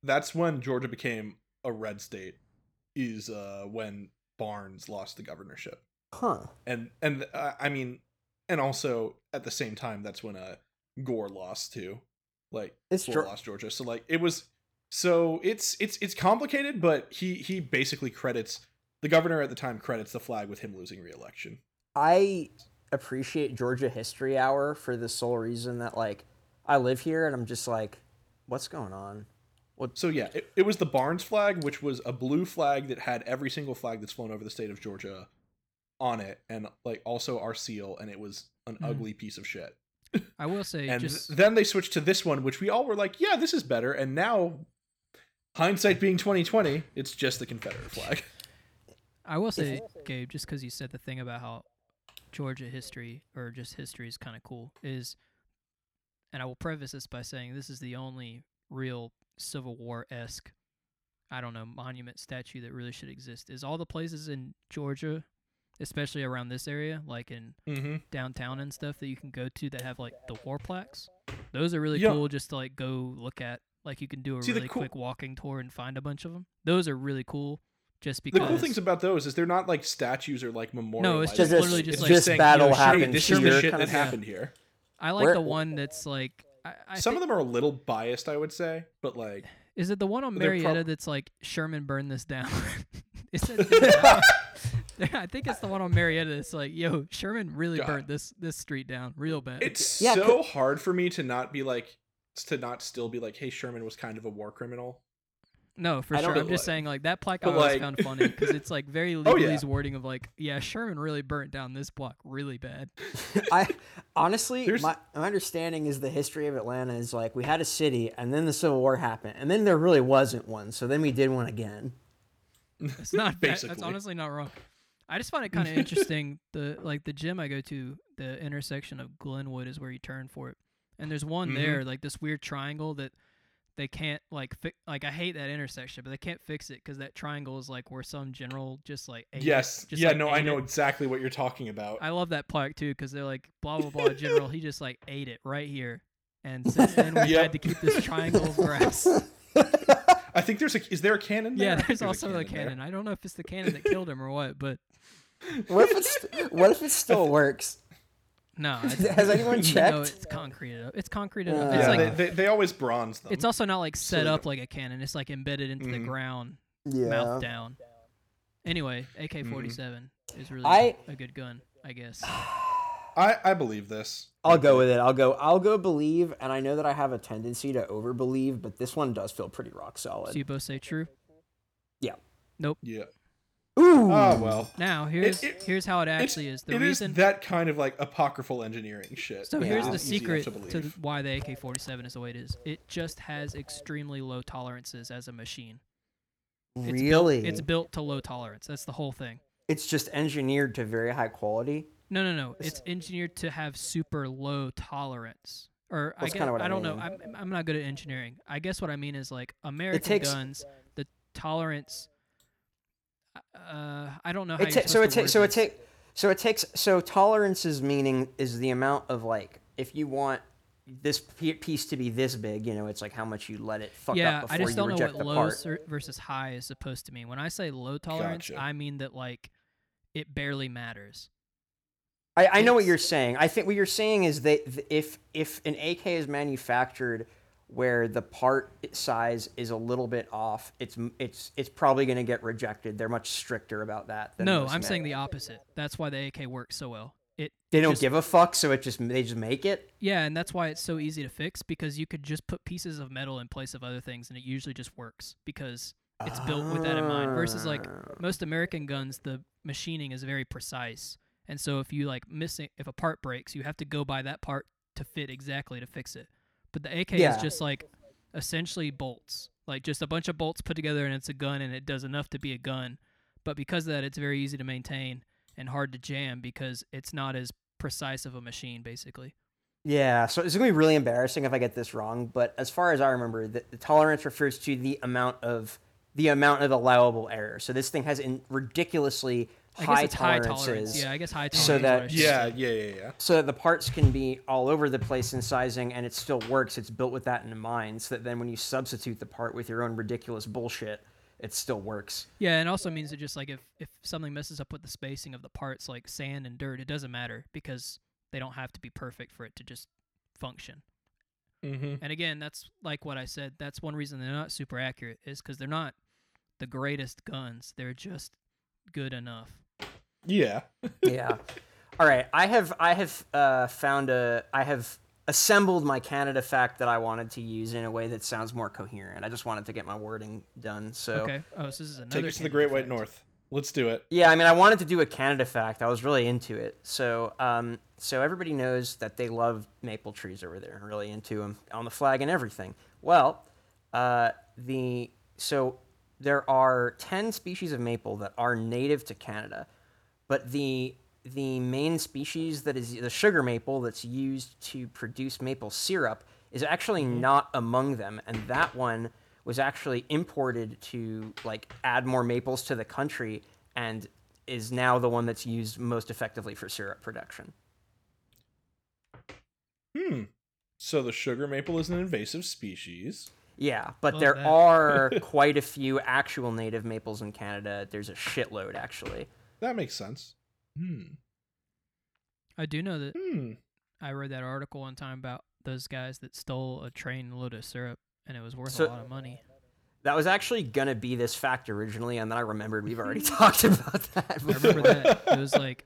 Speaker 1: that's when Georgia became a red state is uh when Barnes lost the governorship.
Speaker 2: Huh.
Speaker 1: And and uh, I mean and also at the same time that's when uh Gore lost too. Like
Speaker 2: It's
Speaker 1: Gore
Speaker 2: Geor-
Speaker 1: lost Georgia. So like it was so it's it's it's complicated, but he he basically credits the governor at the time credits the flag with him losing re-election.
Speaker 2: I appreciate Georgia History Hour for the sole reason that like I live here and I'm just like, what's going on?
Speaker 1: So yeah, it, it was the Barnes flag, which was a blue flag that had every single flag that's flown over the state of Georgia on it, and like also our seal, and it was an
Speaker 3: Mhm.
Speaker 1: ugly piece of shit.
Speaker 3: I will say,
Speaker 1: and
Speaker 3: just
Speaker 1: then they switched to this one, which we all were like, yeah, this is better. And now, hindsight being twenty twenty, it's just the Confederate flag.
Speaker 3: I will say, Gabe, just because you said the thing about how Georgia history or just history is kind of cool is, and I will preface this by saying this is the only real Civil War esque, I don't know, monument statue that really should exist. Is all the places in Georgia, especially around this area, like in
Speaker 1: mm-hmm.
Speaker 3: downtown and stuff that you can go to that have like the war plaques. Those are really
Speaker 1: Yeah.
Speaker 3: cool just to like go look at. Like you can do a
Speaker 1: See, the
Speaker 3: really
Speaker 1: cool-
Speaker 3: quick walking tour and find a bunch of them. Those are really cool. Just
Speaker 1: The
Speaker 3: because
Speaker 1: cool things about those is they're not like statues or like memorials.
Speaker 3: it's just
Speaker 2: this-
Speaker 3: literally just
Speaker 2: this
Speaker 3: like saying,
Speaker 2: battle
Speaker 3: you know, hey,
Speaker 2: happened
Speaker 1: this
Speaker 2: here.
Speaker 1: is the shit
Speaker 2: kinda
Speaker 1: that
Speaker 2: thing.
Speaker 1: happened
Speaker 3: happened.
Speaker 1: here.
Speaker 3: I like the
Speaker 2: Where-
Speaker 3: one that's like I, I
Speaker 1: Some
Speaker 3: thi-
Speaker 1: of them are a little biased, I would say, but like
Speaker 3: is it the one on
Speaker 1: they're prob-
Speaker 3: Marietta that's like Sherman burned this down. is that the- I think it's the one on Marietta that's like, yo, Sherman really
Speaker 1: God.
Speaker 3: burnt this this street down real bad.
Speaker 1: it's
Speaker 2: Yeah,
Speaker 1: so hard for me to not be like to not still be like, hey, Sherman was kind of a war criminal.
Speaker 3: No, for
Speaker 2: I don't
Speaker 3: sure.
Speaker 2: know,
Speaker 3: I'm just
Speaker 1: like-
Speaker 3: saying, like that plaque I
Speaker 1: but,
Speaker 3: always
Speaker 1: like-
Speaker 3: found funny because it's like very
Speaker 1: Oh, yeah.
Speaker 3: legalese wording of like, yeah, Sherman really burnt down this block really bad.
Speaker 2: I honestly,
Speaker 1: There's-
Speaker 2: my, my understanding is the history of Atlanta is like we had a city, and then the Civil War happened, and then there really wasn't one. So then we did one again.
Speaker 3: It's not that, that's
Speaker 1: Basically.
Speaker 3: honestly not wrong. I just find it kind of interesting. The like the gym I go to, the intersection of Glenwood is where you turn for it, and there's one
Speaker 1: Mhm.
Speaker 3: there like this weird triangle that they can't like fi- like I hate that intersection, but they can't fix it because that triangle is like where some general just like ate it,
Speaker 1: yes.
Speaker 3: just,
Speaker 1: yeah,
Speaker 3: like,
Speaker 1: no, I
Speaker 3: ate
Speaker 1: know
Speaker 3: it.
Speaker 1: exactly what you're talking about.
Speaker 3: I love that plaque too because they're like blah blah blah general. He just like ate it right here, and since then we
Speaker 1: Yep.
Speaker 3: had to keep this triangle of grass.
Speaker 1: I think there's a is there a cannon there?
Speaker 3: yeah,
Speaker 1: I think
Speaker 3: there's
Speaker 1: a
Speaker 3: also a
Speaker 1: there.
Speaker 3: cannon. I don't know if it's the cannon that killed him or what, but
Speaker 2: What if it's what if it still works?
Speaker 3: no. It's,
Speaker 2: Has anyone
Speaker 3: No,
Speaker 2: checked?
Speaker 3: it's concreted up. It's concreted up.
Speaker 2: Yeah.
Speaker 3: It's
Speaker 1: Yeah,
Speaker 3: like
Speaker 1: they, they, they always bronze them.
Speaker 3: it's also not like set
Speaker 1: they
Speaker 3: up like a cannon. It's like embedded into the
Speaker 1: Mhm.
Speaker 3: ground,
Speaker 2: Yeah.
Speaker 3: mouth down.
Speaker 1: Mm-hmm.
Speaker 3: Anyway, AK-47 is really
Speaker 2: I-
Speaker 3: a good gun, I guess.
Speaker 1: I I believe this.
Speaker 2: I'll go with it. I'll go. I'll go believe, and I know that I have a tendency to overbelieve, but this one does feel pretty rock
Speaker 3: So
Speaker 2: solid.
Speaker 3: you both say true.
Speaker 1: Yeah.
Speaker 2: Ooh,
Speaker 1: Oh well.
Speaker 3: Now here's
Speaker 1: it-
Speaker 3: here's how it actually
Speaker 1: It's-
Speaker 3: is. The
Speaker 1: it
Speaker 3: reason.
Speaker 1: that kind of like apocryphal engineering shit.
Speaker 3: so
Speaker 1: which
Speaker 3: here's
Speaker 1: is
Speaker 3: the
Speaker 1: easy enough
Speaker 3: secret
Speaker 1: to
Speaker 3: to,
Speaker 1: believe.
Speaker 3: why the AK-47 is the way it is. It just has extremely low tolerances as a machine. It's
Speaker 2: really?
Speaker 3: Built, it's built to low tolerance. That's the whole thing.
Speaker 2: it's just engineered to very high quality.
Speaker 3: No, no, no. It's engineered to have super low tolerance. Or I
Speaker 2: That's
Speaker 3: guess
Speaker 2: kinda what
Speaker 3: I
Speaker 2: I
Speaker 3: don't know.
Speaker 2: mean.
Speaker 3: I'm I'm not good at engineering. I guess what I mean is like American
Speaker 2: takes-
Speaker 3: guns, the tolerance. Uh, I don't know how.
Speaker 2: It
Speaker 3: you're
Speaker 2: ta- so it takes
Speaker 3: supposed to
Speaker 2: so
Speaker 3: word
Speaker 2: it
Speaker 3: this.
Speaker 2: take so it takes so tolerances meaning is the amount of like if you want this p- piece to be this big, you know, it's like how much you let it fuck
Speaker 3: Yeah,
Speaker 2: up before
Speaker 3: I just don't
Speaker 2: you
Speaker 3: know
Speaker 2: reject
Speaker 3: what
Speaker 2: the
Speaker 3: low
Speaker 2: part.
Speaker 3: cer- versus high is supposed to mean. When I say low tolerance,
Speaker 1: Gotcha.
Speaker 3: I mean that like it barely matters.
Speaker 2: I, I know what
Speaker 3: it's-
Speaker 2: you're saying. I think what you're saying is that th- if if an AK is manufactured where the part size is a little bit off, it's m- it's it's probably going to get rejected. They're much stricter about that. Than
Speaker 3: No,
Speaker 2: most
Speaker 3: I'm
Speaker 2: men.
Speaker 3: saying the opposite. That's why the AK works so well. It
Speaker 2: they don't
Speaker 3: just-
Speaker 2: give a fuck, so it just they just make it.
Speaker 3: Yeah, and that's why it's so easy to fix because you could just put pieces of metal in place of other things and it usually just works because it's built with that in mind. Versus like most American guns, the machining is very precise. And so if you like miss it, if a part breaks, you have to go by that part to fit exactly to fix it. But the AK
Speaker 2: Yeah.
Speaker 3: is just like essentially bolts, like just a bunch of bolts put together and it's a gun and it does enough to be a gun. But because of that, it's very easy to maintain and hard to jam because it's not as precise of a machine basically.
Speaker 2: Yeah, so it's gonna be really embarrassing if I get this wrong. But as far as I remember, the, the tolerance refers to the amount of the amount of allowable error. So this thing has in ridiculously
Speaker 3: I
Speaker 2: high
Speaker 3: guess it's
Speaker 2: tolerances.
Speaker 3: high tolerance. Yeah, I guess high tolerance.
Speaker 2: So
Speaker 3: is what I
Speaker 2: that-
Speaker 3: should
Speaker 1: Yeah,
Speaker 3: say.
Speaker 1: yeah, yeah, yeah.
Speaker 2: so that the parts can be all over the place in sizing and it still works. It's built with that in mind, so that then when you substitute the part with your own ridiculous bullshit, it still works.
Speaker 3: Yeah, and also means that just like if if something messes up with the spacing of the parts, like sand and dirt, it doesn't matter because they don't have to be perfect for it to just function.
Speaker 1: Mm-hmm.
Speaker 3: And again, that's like what I said. That's one reason they're not super accurate is because they're not the greatest guns. They're just good enough.
Speaker 1: Yeah.
Speaker 2: yeah. All right. I have I have uh, found a I have assembled my Canada fact that I wanted to use in a way that sounds more coherent. I just wanted to get my wording done. So
Speaker 3: Okay. Oh, so this is another.
Speaker 1: Take us to the
Speaker 3: Canada
Speaker 1: Great White
Speaker 3: fact.
Speaker 1: North. Let's do it.
Speaker 2: Yeah, I mean, I wanted to do a Canada fact. I was really into it. So, um, so everybody knows that they love maple trees over there. Really into them on the flag and everything. Well, uh, the so there are ten species of maple that are native to Canada, but the the main species that is the sugar maple that's used to produce maple syrup is actually
Speaker 3: Mm-hmm.
Speaker 2: not among them, and that one was actually imported to like add more maples to the country and is now the one that's used most effectively for syrup production.
Speaker 1: Hmm. So the sugar maple is an invasive species.
Speaker 2: Yeah, but
Speaker 3: Love
Speaker 2: there
Speaker 3: that.
Speaker 2: are quite a few actual native maples in Canada. There's a shitload actually.
Speaker 1: That makes sense. Hmm.
Speaker 3: I do know that
Speaker 1: Hmm.
Speaker 3: I read that article one time about those guys that stole a train load of syrup and it was worth
Speaker 2: So-
Speaker 3: a lot of money.
Speaker 2: That was actually gonna be this fact originally, and then I remembered we've already talked about that.
Speaker 3: I remember that. It was like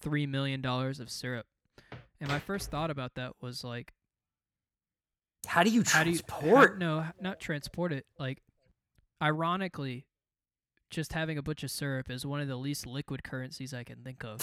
Speaker 3: three million dollars of syrup. And my first thought about that was like
Speaker 2: How do you
Speaker 3: how do you
Speaker 2: transport?
Speaker 3: how- no, h- not transport it. Like ironically, just having a bunch of syrup is one of the least liquid currencies I can think of.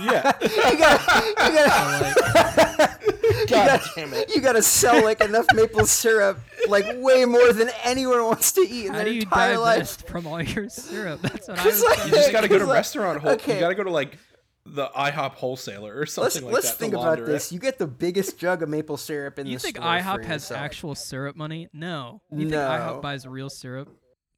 Speaker 1: Yeah.
Speaker 2: you gotta, you gotta, you gotta-
Speaker 1: damn it.
Speaker 2: you gotta sell like enough maple syrup, like way more than anyone wants to eat in
Speaker 3: How
Speaker 2: their
Speaker 3: do you
Speaker 2: entire life.
Speaker 3: divest from all your syrup? That's what I
Speaker 2: 'Cause,
Speaker 3: was
Speaker 2: like,
Speaker 3: trying
Speaker 1: You
Speaker 3: to
Speaker 1: just gotta go to
Speaker 2: It's like-
Speaker 1: restaurant. Hol-
Speaker 2: okay.
Speaker 1: You gotta go to like the IHOP wholesaler or
Speaker 2: Let's
Speaker 1: something like
Speaker 2: let's
Speaker 1: that. to
Speaker 2: think about
Speaker 1: launder it.
Speaker 2: this. You get the biggest jug of maple syrup in
Speaker 3: You
Speaker 2: the
Speaker 3: think
Speaker 2: store
Speaker 3: IHOP
Speaker 2: for
Speaker 3: has
Speaker 2: yourself.
Speaker 3: actual syrup money? No. You think IHOP
Speaker 2: No.
Speaker 3: buys real syrup?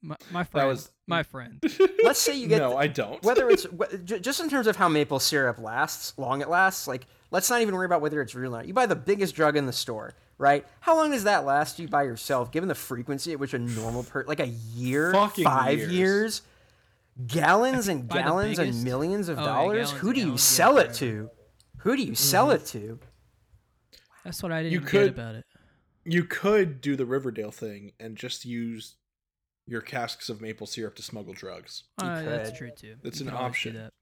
Speaker 3: My, my friend.
Speaker 1: was-
Speaker 3: my friend.
Speaker 2: Let's say you get
Speaker 1: no,
Speaker 2: the-
Speaker 1: I don't.
Speaker 2: whether it's wh- ju- just in terms of how maple syrup lasts, long it lasts. Like, let's not even worry about whether it's real or not. You buy the biggest drug in the store, right? How long does that last you by yourself? Given the frequency at which a normal per like a year,
Speaker 1: Fucking
Speaker 2: five
Speaker 1: years.
Speaker 2: years. gallons and
Speaker 3: By the
Speaker 2: gallons and
Speaker 3: biggest-
Speaker 2: millions of
Speaker 3: oh, yeah,
Speaker 2: dollars.
Speaker 3: gallons
Speaker 2: Who
Speaker 3: and
Speaker 2: do you
Speaker 3: gallons, yeah, Mm-hmm.
Speaker 2: sell it
Speaker 3: forever.
Speaker 2: to? Who do you sell it to?
Speaker 3: That's what I didn't
Speaker 1: could-
Speaker 3: get about it.
Speaker 1: you could do the Riverdale thing and just use your casks of maple syrup to smuggle drugs.
Speaker 2: You
Speaker 3: Uh, that's
Speaker 2: could.
Speaker 3: true too.
Speaker 1: It's
Speaker 3: You
Speaker 1: an
Speaker 3: could always do
Speaker 1: option.
Speaker 3: that.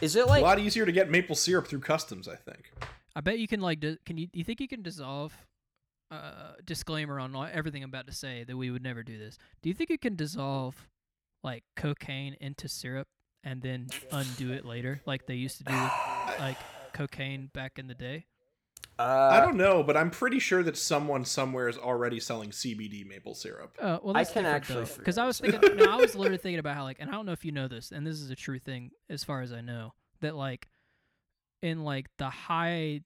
Speaker 2: Is it like
Speaker 1: a lot easier to get maple syrup through customs, I think.
Speaker 3: I bet you can like. Di- can you? You think you can dissolve? Uh, disclaimer on all- everything I'm about to say that we would never do this. Do you think you can dissolve like cocaine into syrup and then undo it later, like they used to do with like cocaine back in the day?
Speaker 1: I
Speaker 2: uh,
Speaker 1: don't know, but I'm pretty sure that someone somewhere is already selling CBD maple syrup.
Speaker 3: Uh, well,
Speaker 2: I
Speaker 3: that's
Speaker 2: can actually
Speaker 3: actually because I was
Speaker 2: figure
Speaker 3: thinking. no, I was literally thinking about how like, and I don't know if you know this, and this is a true thing as far as I know that like, in like the high,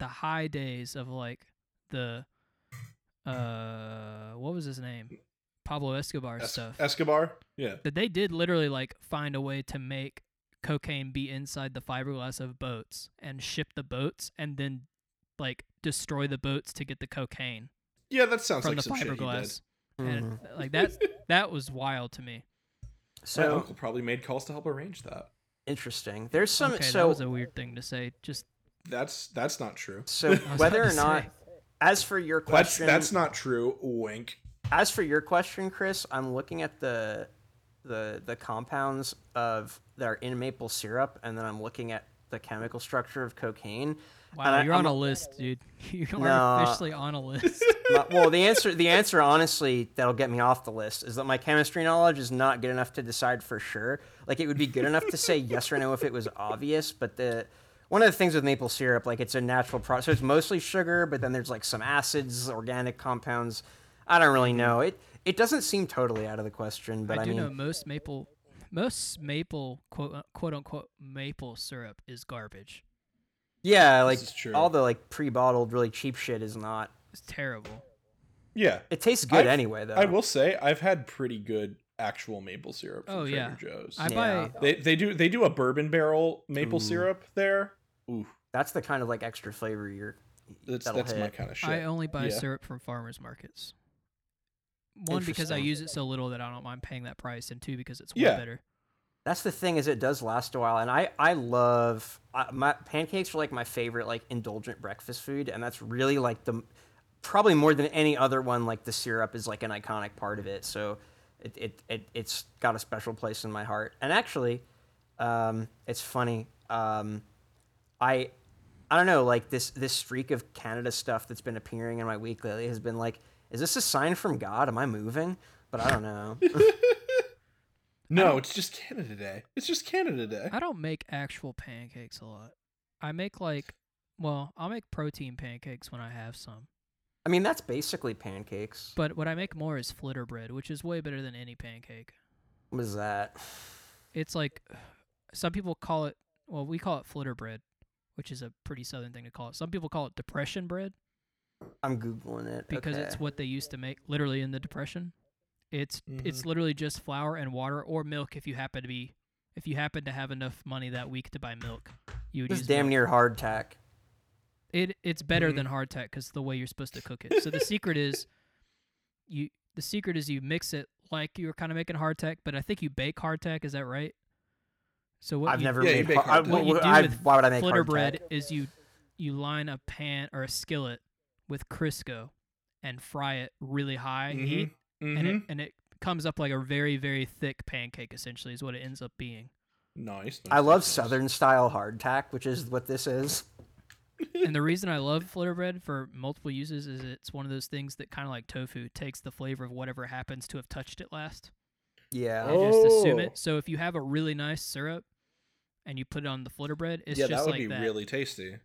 Speaker 3: the high days of like the, uh, what was his name, Pablo Escobar
Speaker 1: Es-
Speaker 3: stuff.
Speaker 1: Escobar? Yeah.
Speaker 3: that they did literally like find a way to make cocaine be inside the fiberglass of boats and ship the boats and then like destroy the boats to get the cocaine
Speaker 1: Yeah, that sounds
Speaker 3: from
Speaker 1: like
Speaker 3: the
Speaker 1: some shit he did.
Speaker 3: fiberglass.
Speaker 2: hmm,
Speaker 3: And
Speaker 1: Mm-hmm.
Speaker 3: uh, like that's that was wild to me.
Speaker 1: My
Speaker 2: so
Speaker 1: uncle probably made calls to help arrange that.
Speaker 2: interesting. There's some
Speaker 3: okay,
Speaker 2: so
Speaker 3: that was a weird thing to say. Just
Speaker 1: That's that's not true.
Speaker 2: so
Speaker 3: was
Speaker 2: whether
Speaker 3: about
Speaker 2: or
Speaker 3: to
Speaker 2: not
Speaker 3: say.
Speaker 2: as for your
Speaker 1: That's
Speaker 2: question
Speaker 1: that's not true. Wink.
Speaker 2: as for your question, Chris, I'm looking at the the the compounds of that are in maple syrup, and then I'm looking at the chemical structure of cocaine.
Speaker 3: wow,
Speaker 2: and I-
Speaker 3: you're on
Speaker 2: I'm-
Speaker 3: a list, dude. You are
Speaker 2: No.
Speaker 3: officially on a list.
Speaker 2: my- well, the answer the answer honestly that'll get me off the list is that my chemistry knowledge is not good enough to decide for sure. Like it would be good enough to say yes or no if it was obvious, but the one of the things with maple syrup, like it's a natural process. So it's mostly sugar, but then there's like some acids, organic compounds. I don't really know. It it doesn't seem totally out of the question, but I,
Speaker 3: I do
Speaker 2: mean,
Speaker 3: know most maple, most maple quote uh, quote unquote maple syrup is garbage.
Speaker 2: yeah, like
Speaker 1: is true.
Speaker 2: all the like pre-bottled, really cheap shit is not.
Speaker 3: It's terrible.
Speaker 1: Yeah.
Speaker 2: It tastes good
Speaker 1: I've-
Speaker 2: anyway, though.
Speaker 1: I will say I've had pretty good actual maple syrup from
Speaker 3: Oh,
Speaker 1: Trader
Speaker 3: yeah.
Speaker 1: Joe's.
Speaker 3: I
Speaker 2: Yeah.
Speaker 3: buy
Speaker 1: They they do they do a bourbon barrel maple syrup there. Ooh,
Speaker 2: That's the kind of like extra flavor you're.
Speaker 1: that's
Speaker 2: That'll
Speaker 1: that's
Speaker 2: hit.
Speaker 1: my kind of shit.
Speaker 3: I only buy
Speaker 1: Yeah.
Speaker 3: syrup from farmers markets. One because I
Speaker 2: Interesting.
Speaker 3: use it so little that I don't mind paying that price, and two because it's way
Speaker 1: Yeah.
Speaker 3: better.
Speaker 2: That's the thing is it does last a while, and I I love I, my pancakes are like my favorite like indulgent breakfast food, and that's really like the probably more than any other one like the syrup is like an iconic part of it. So it it, it it's got a special place in my heart. And actually, um, it's funny. Um, I I don't know like this this streak of Canada stuff that's been appearing in my week lately has been like is this a sign from God? Am I moving? But I don't know.
Speaker 1: no, it's just Canada Day. It's just Canada Day.
Speaker 3: I don't make actual pancakes a lot. I make like, well, I'll make protein pancakes when I have some.
Speaker 2: I mean that's basically pancakes.
Speaker 3: But what I make more is flitter bread, which is way better than any pancake.
Speaker 2: What is that?
Speaker 3: It's like some people call it, well, we call it flitter bread, which is a pretty southern thing to call it. Some people call it depression bread.
Speaker 2: I'm googling it
Speaker 3: because it's
Speaker 2: Okay.
Speaker 3: what they used to make literally in the depression. It's it's literally just flour and water or milk if you happen to be if you happen to have enough money that week to buy milk. You would
Speaker 2: this
Speaker 3: use
Speaker 2: is damn
Speaker 3: milk.
Speaker 2: near hardtack.
Speaker 3: it it's better
Speaker 2: Mm-hmm.
Speaker 3: than hardtack cuz the way you're supposed to cook it. So the secret is you the secret is you mix it like you were kind of making hardtack, but I think you bake hardtack, is that right? So what
Speaker 2: I've
Speaker 3: you,
Speaker 2: never
Speaker 1: Yeah, you
Speaker 2: made.
Speaker 1: bake
Speaker 2: Hard, I,
Speaker 1: hardtack.
Speaker 2: wh-
Speaker 3: what you
Speaker 2: wh-
Speaker 3: do
Speaker 2: I-
Speaker 3: with
Speaker 2: why would I make
Speaker 3: flitter
Speaker 2: hardtack?
Speaker 3: bread is you you line a pan or a skillet with Crisco and fry it really high
Speaker 2: Mm-hmm,
Speaker 3: heat
Speaker 1: Mhm.
Speaker 3: and it and it comes up like a very very thick pancake essentially is what it ends up being
Speaker 1: Nice,
Speaker 2: I
Speaker 1: nice,
Speaker 2: love
Speaker 1: nice, nice.
Speaker 2: Southern style hardtack, which is what this is.
Speaker 3: and the reason i love flitter bread for multiple uses is it's one of those things that kind of like tofu takes the flavor of whatever happens to have touched it last
Speaker 2: Yeah.
Speaker 1: Oh.
Speaker 3: and just assume
Speaker 1: Oh.
Speaker 3: it so if you have a really nice syrup and you put it on the flitter bread it's
Speaker 1: yeah,
Speaker 3: just
Speaker 1: that would
Speaker 3: like
Speaker 1: be
Speaker 3: that
Speaker 1: really tasty.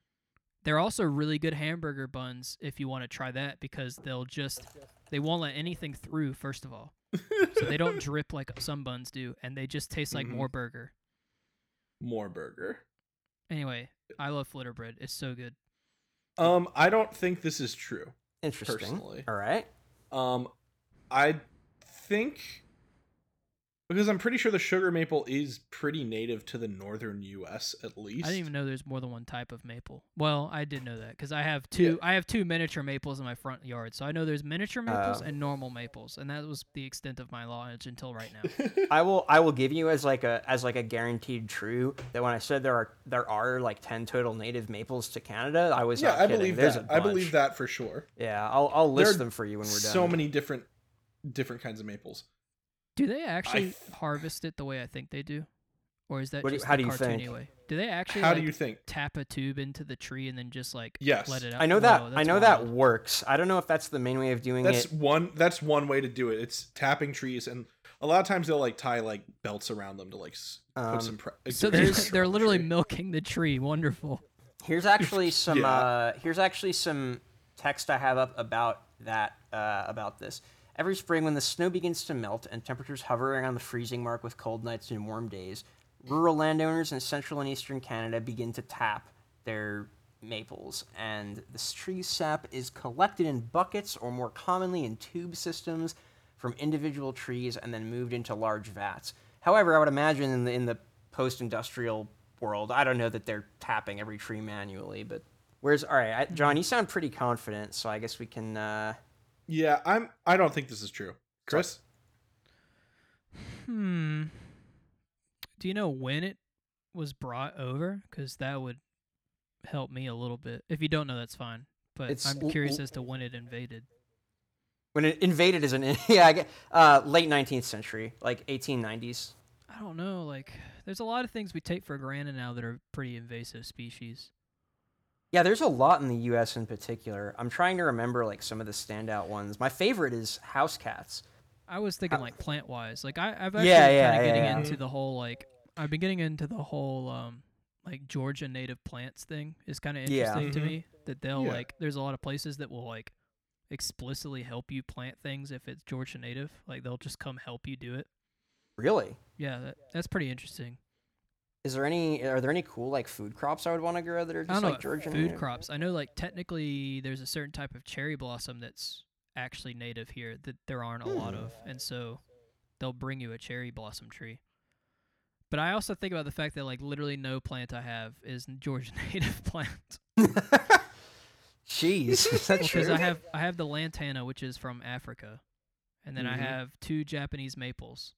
Speaker 3: they're also really good hamburger buns if you want to try that because they'll just they won't let anything through first of all so they don't drip like some buns do and they just taste like
Speaker 1: Mhm.
Speaker 3: more burger
Speaker 1: More burger.
Speaker 3: Anyway, I love flitter bread. It's so good.
Speaker 1: Um, I don't think this is true.
Speaker 2: Interesting.
Speaker 1: personally.
Speaker 2: All right.
Speaker 1: Um, I think because I'm pretty sure the sugar maple is pretty native to the northern U.S. at least.
Speaker 3: I didn't even know there's more than one type of maple. Well, I did know that because I have two. I have two miniature maples in my front yard, so I know there's miniature maples
Speaker 2: Oh.
Speaker 3: and normal maples, and that was the extent of my knowledge until right now.
Speaker 2: I will. I will give you as like a as like a guaranteed true that when I said there are there are like ten total native maples to Canada, I was
Speaker 1: yeah,
Speaker 2: not
Speaker 1: I
Speaker 2: kidding.
Speaker 1: believe
Speaker 2: There's
Speaker 1: that.
Speaker 2: a
Speaker 1: I believe
Speaker 2: bunch.
Speaker 1: that for sure.
Speaker 2: Yeah, I'll I'll list
Speaker 1: are
Speaker 2: them for you when we're done.
Speaker 1: So many different different kinds of maples.
Speaker 3: do they actually
Speaker 1: th-
Speaker 3: harvest it the way I think they do, or is that
Speaker 2: What do you-
Speaker 3: just
Speaker 2: how
Speaker 3: the
Speaker 2: do you
Speaker 3: cartoony
Speaker 2: think?
Speaker 3: way? Do they actually
Speaker 1: How
Speaker 3: like,
Speaker 1: do you think?
Speaker 3: tap a tube into the tree and then just like
Speaker 1: Yes.
Speaker 3: let it out?
Speaker 2: I know that
Speaker 3: Whoa,
Speaker 2: I
Speaker 3: that's
Speaker 2: know that
Speaker 3: wild.
Speaker 2: works. I don't know if that's the main way of doing
Speaker 1: That's
Speaker 2: it.
Speaker 1: one. That's one way to do it. It's tapping trees, and a lot of times they'll like tie like belts around them to like s-
Speaker 2: Um,
Speaker 1: put some. Pre-
Speaker 3: So they're,
Speaker 1: there's
Speaker 3: they're literally milking the tree. Wonderful.
Speaker 2: Here's actually some
Speaker 1: Yeah.
Speaker 2: uh, here's actually some text I have up about that uh, about this. Every spring, when the snow begins to melt and temperatures hover around the freezing mark with cold nights and warm days, rural landowners in central and eastern Canada begin to tap their maples, and this tree sap is collected in buckets or more commonly in tube systems from individual trees and then moved into large vats. However, I would imagine in the, in the post-industrial world, I don't know that they're tapping every tree manually, but where's all right, I, John? You sound pretty confident, so I guess we can. Uh,
Speaker 1: Yeah, I'm. I don't think this is true, Chris.
Speaker 3: Hmm. Do you know when it was brought over? Because that would help me a little bit. If you don't know, that's fine. But
Speaker 2: It's-
Speaker 3: I'm curious as to when it invaded.
Speaker 2: when it invaded is an yeah, I get, uh, late nineteenth century, like eighteen nineties.
Speaker 3: I don't know. Like, there's a lot of things we take for granted now that are pretty invasive species.
Speaker 2: Yeah, there's a lot in the U.S. in particular. I'm trying to remember like some of the standout ones. My favorite is house cats.
Speaker 3: I was thinking like plant wise. Like I, I've actually
Speaker 2: Uh, Yeah, yeah,
Speaker 3: kind of
Speaker 2: yeah,
Speaker 3: getting
Speaker 2: yeah.
Speaker 3: into the whole like I've been getting into the whole um like Georgia native plants thing. It's kind of
Speaker 2: Yeah.
Speaker 3: interesting
Speaker 1: Mhm.
Speaker 3: to me that they'll
Speaker 1: Yeah.
Speaker 3: like. There's a lot of places that will like explicitly help you plant things if it's Georgia native. Like they'll just come help you do it.
Speaker 2: Really?
Speaker 3: Yeah, that, that's pretty interesting.
Speaker 2: Is there any? Are there any cool like food crops I would want to grow that are
Speaker 3: I
Speaker 2: just
Speaker 3: don't know
Speaker 2: like Georgian?
Speaker 3: food
Speaker 2: native?
Speaker 3: crops. I know like technically there's a certain type of cherry blossom that's actually native here that there aren't a lot
Speaker 2: Hmm.
Speaker 3: of, and so they'll bring you a cherry blossom tree. But I also think about the fact that like literally no plant I have is n- Georgia native plant
Speaker 2: Jeez, is that
Speaker 3: because
Speaker 2: true?
Speaker 3: I have I have the lantana which is from Africa, and then
Speaker 2: Mhm.
Speaker 3: I have two Japanese maples,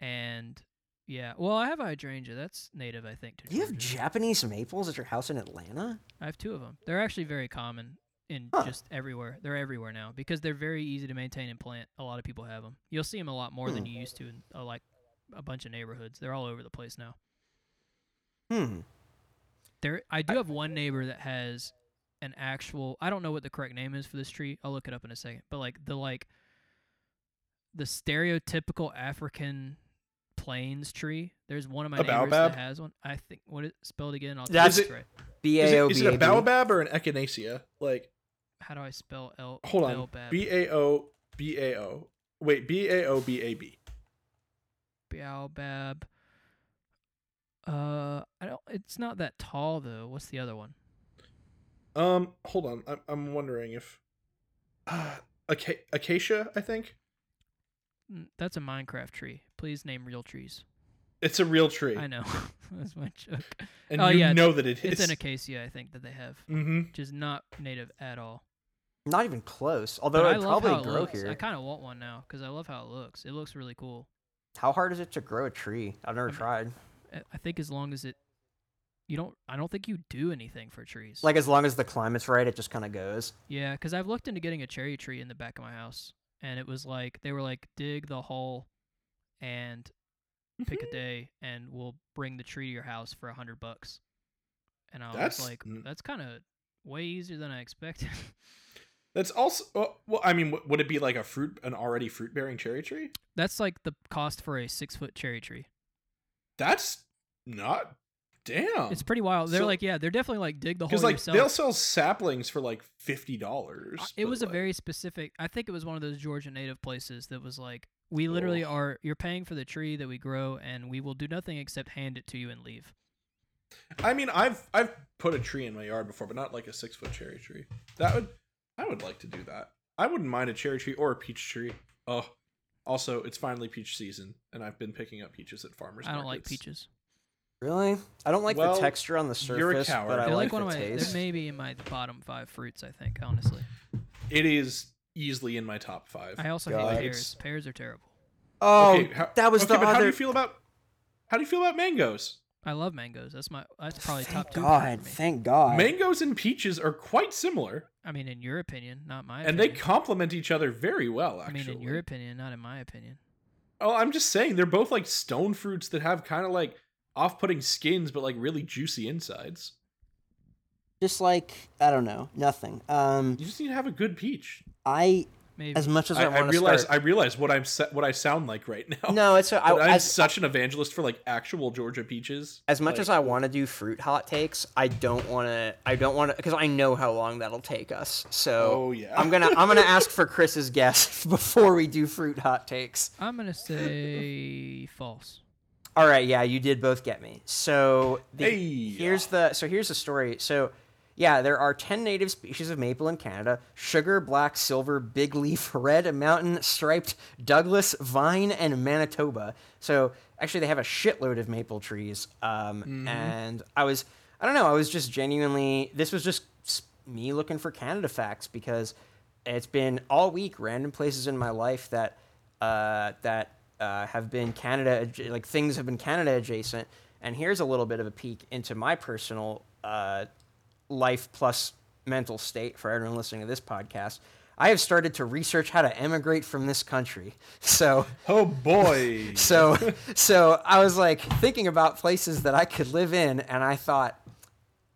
Speaker 3: and yeah, well I have a hydrangea that's native I think to
Speaker 2: you have
Speaker 3: Georgia.
Speaker 2: Japanese maples at your house in Atlanta?
Speaker 3: I have two of them. They're actually very common in
Speaker 2: Huh.
Speaker 3: just everywhere. They're everywhere now because they're very easy to maintain and plant. A lot of people have them. You'll see them a lot more than
Speaker 2: Hmm.
Speaker 3: you used to in uh, like a bunch of neighborhoods. They're all over the place now.
Speaker 2: Hmm.
Speaker 3: There, I do have one neighbor that has an actual. I don't know what the correct name is for this tree. I'll look it up in a second. But like the like the stereotypical African plains tree. There's one of my
Speaker 1: A
Speaker 3: neighbors
Speaker 1: baobab?
Speaker 3: that has one. I think what is spelled again? I'll tell
Speaker 2: That's-
Speaker 3: you it's right.
Speaker 2: B
Speaker 1: Is
Speaker 2: a o
Speaker 1: it,
Speaker 2: b a b.
Speaker 1: is it a baobab or an echinacea? Like,
Speaker 3: How do I spell L?
Speaker 1: hold on.
Speaker 3: baobab?
Speaker 1: B a o b a o. Wait, b a o b a b.
Speaker 3: Baobab. Uh, I don't. It's not that tall though. What's the other one?
Speaker 1: Um, hold on. I'm I'm wondering if uh, aca- acacia. I think
Speaker 3: Mm, That's a Minecraft tree. Please name real trees.
Speaker 1: it's a real tree,
Speaker 3: I know. That's my joke.
Speaker 1: and
Speaker 3: Oh,
Speaker 1: you
Speaker 3: yeah,
Speaker 1: know that it is.
Speaker 3: It's an acacia, I think, that they have,
Speaker 1: mm-hmm.
Speaker 3: which is not native at all.
Speaker 2: Not even close. Although
Speaker 3: But I
Speaker 2: it'd
Speaker 3: love
Speaker 2: probably
Speaker 3: how it
Speaker 2: grow
Speaker 3: looks.
Speaker 2: here.
Speaker 3: I kind of want one now because I love how it looks. It looks really cool.
Speaker 2: How hard is it to grow a tree? I've never
Speaker 3: I mean-
Speaker 2: tried.
Speaker 3: I I think as long as it, you don't. I don't think you do anything for trees.
Speaker 2: Like as long as the climate's right, it just kind of goes.
Speaker 3: Yeah, because I've looked into getting a cherry tree in the back of my house, and it was like they were like, dig the hole, and pick
Speaker 1: Mm-hmm.
Speaker 3: a day, and we'll bring the tree to your house for a hundred bucks. And I
Speaker 1: That's
Speaker 3: was like,
Speaker 1: n-
Speaker 3: that's kind of way easier than I expected.
Speaker 1: That's also well. well, I mean, w- would it be like a fruit, an already fruit bearing cherry tree?
Speaker 3: that's like the cost for a six foot cherry tree.
Speaker 1: That's not damn.
Speaker 3: It's pretty wild. They're
Speaker 1: Oh, So-
Speaker 3: like, yeah, they're definitely like dig the hole
Speaker 1: Because like
Speaker 3: yourself.
Speaker 1: they'll sell saplings for like fifty dollars.
Speaker 3: Uh, It was a very specific. I think it was one of those Georgia native places that was like, we literally
Speaker 1: Oh.
Speaker 3: are. You're paying for the tree that we grow, and we will do nothing except hand it to you and leave.
Speaker 1: I mean, I've I've put a tree in my yard before, but not like a six foot cherry tree. That would I would like to do that. I wouldn't mind a cherry tree or a peach tree. Oh, also, it's finally peach season, and I've been picking up peaches at farmers.
Speaker 3: I don't like
Speaker 1: markets.
Speaker 3: peaches.
Speaker 2: Really? I don't like
Speaker 1: Well,
Speaker 2: the texture on the surface,
Speaker 1: you're a
Speaker 2: but
Speaker 1: coward.
Speaker 2: I
Speaker 3: They're
Speaker 2: like,
Speaker 3: like, one
Speaker 2: the
Speaker 3: of my.
Speaker 2: taste.
Speaker 3: They're maybe in my bottom five fruits. I think honestly.
Speaker 1: It is easily in my top five.
Speaker 3: I also
Speaker 2: God.
Speaker 3: hate pears. Pears are terrible.
Speaker 2: oh,
Speaker 1: Okay, how-
Speaker 2: that was
Speaker 1: okay,
Speaker 2: the
Speaker 1: but How do
Speaker 2: other.
Speaker 1: you feel about how do you feel about mangoes?
Speaker 3: I love mangoes. That's my. That's probably
Speaker 2: thank
Speaker 3: top two.
Speaker 2: God!
Speaker 3: For me.
Speaker 2: Thank God!
Speaker 1: Mangoes and peaches are quite similar,
Speaker 3: I mean, in your opinion, not my.
Speaker 1: and they
Speaker 3: opinion.
Speaker 1: complement each other very well.
Speaker 3: I
Speaker 1: Actually,
Speaker 3: mean, in your opinion, not in my opinion.
Speaker 1: Oh, I'm just saying they're both like stone fruits that have kind of like off-putting skins, but like really juicy insides.
Speaker 2: Just like I don't know, nothing. Um,
Speaker 1: You just need to have a good peach.
Speaker 2: I
Speaker 3: Maybe.
Speaker 2: as much as I,
Speaker 1: I, I
Speaker 2: want to
Speaker 1: realize
Speaker 2: start.
Speaker 1: I realize what I'm sa- what I sound like right now.
Speaker 2: no, it's I,
Speaker 1: But I'm
Speaker 2: as,
Speaker 1: such an evangelist for like actual Georgia peaches.
Speaker 2: as much
Speaker 1: Like,
Speaker 2: as I want to do fruit hot takes, I don't want to. I don't want to because I know how long that'll take us. So
Speaker 1: Oh, yeah.
Speaker 2: I'm gonna I'm gonna ask for Chris's guess before we do fruit hot takes.
Speaker 3: I'm gonna say false.
Speaker 2: All right, yeah, you did both get me. So the,
Speaker 1: Hey.
Speaker 2: here's the so here's the story. So yeah, there are ten native species of maple in Canada: sugar, black, silver, big leaf, red, mountain, striped, Douglas, vine, and Manitoba. So actually, they have a shitload of maple trees. Um, And I was I don't know I was just genuinely this was just s- me looking for Canada facts because it's been all week random places in my life that uh, that uh, have been Canada adj- like things have been Canada adjacent, and here's a little bit of a peek into my personal uh, life plus mental state for everyone listening to this podcast. I have started to research how to emigrate from this country. So
Speaker 1: oh boy.
Speaker 2: so so I was like thinking about places that I could live in, and I thought,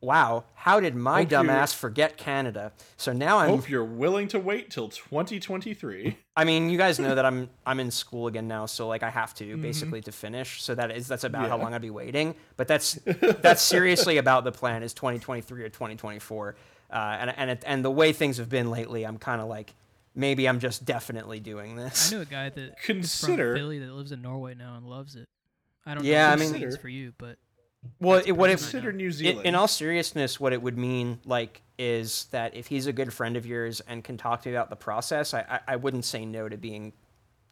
Speaker 2: wow, how did my
Speaker 1: Hope you-
Speaker 2: dumbass forget Canada? So now I'm
Speaker 1: Hope you're willing to wait till 2023.
Speaker 2: I mean, you guys know that I'm I'm in school again now, so like I have to basically to finish. So that is that's about how
Speaker 1: Yeah.
Speaker 2: long I'd be waiting. But that's that's seriously about the plan is 2023 or 2024. Uh, and and it, and the way things have been lately, I'm kind of like maybe I'm just definitely doing
Speaker 3: I
Speaker 2: this.
Speaker 3: knew a guy that
Speaker 1: Consider-
Speaker 3: from Philly that lives in Norway now and loves it. I don't
Speaker 2: Yeah,
Speaker 3: know
Speaker 2: I
Speaker 3: if
Speaker 2: mean-
Speaker 3: it's for you, but
Speaker 2: Well, it, what it,
Speaker 1: Consider New
Speaker 2: it,
Speaker 1: Zealand.
Speaker 2: in all seriousness, what it would mean like is that if he's a good friend of yours and can talk to you about the process, I, I, I wouldn't say no to being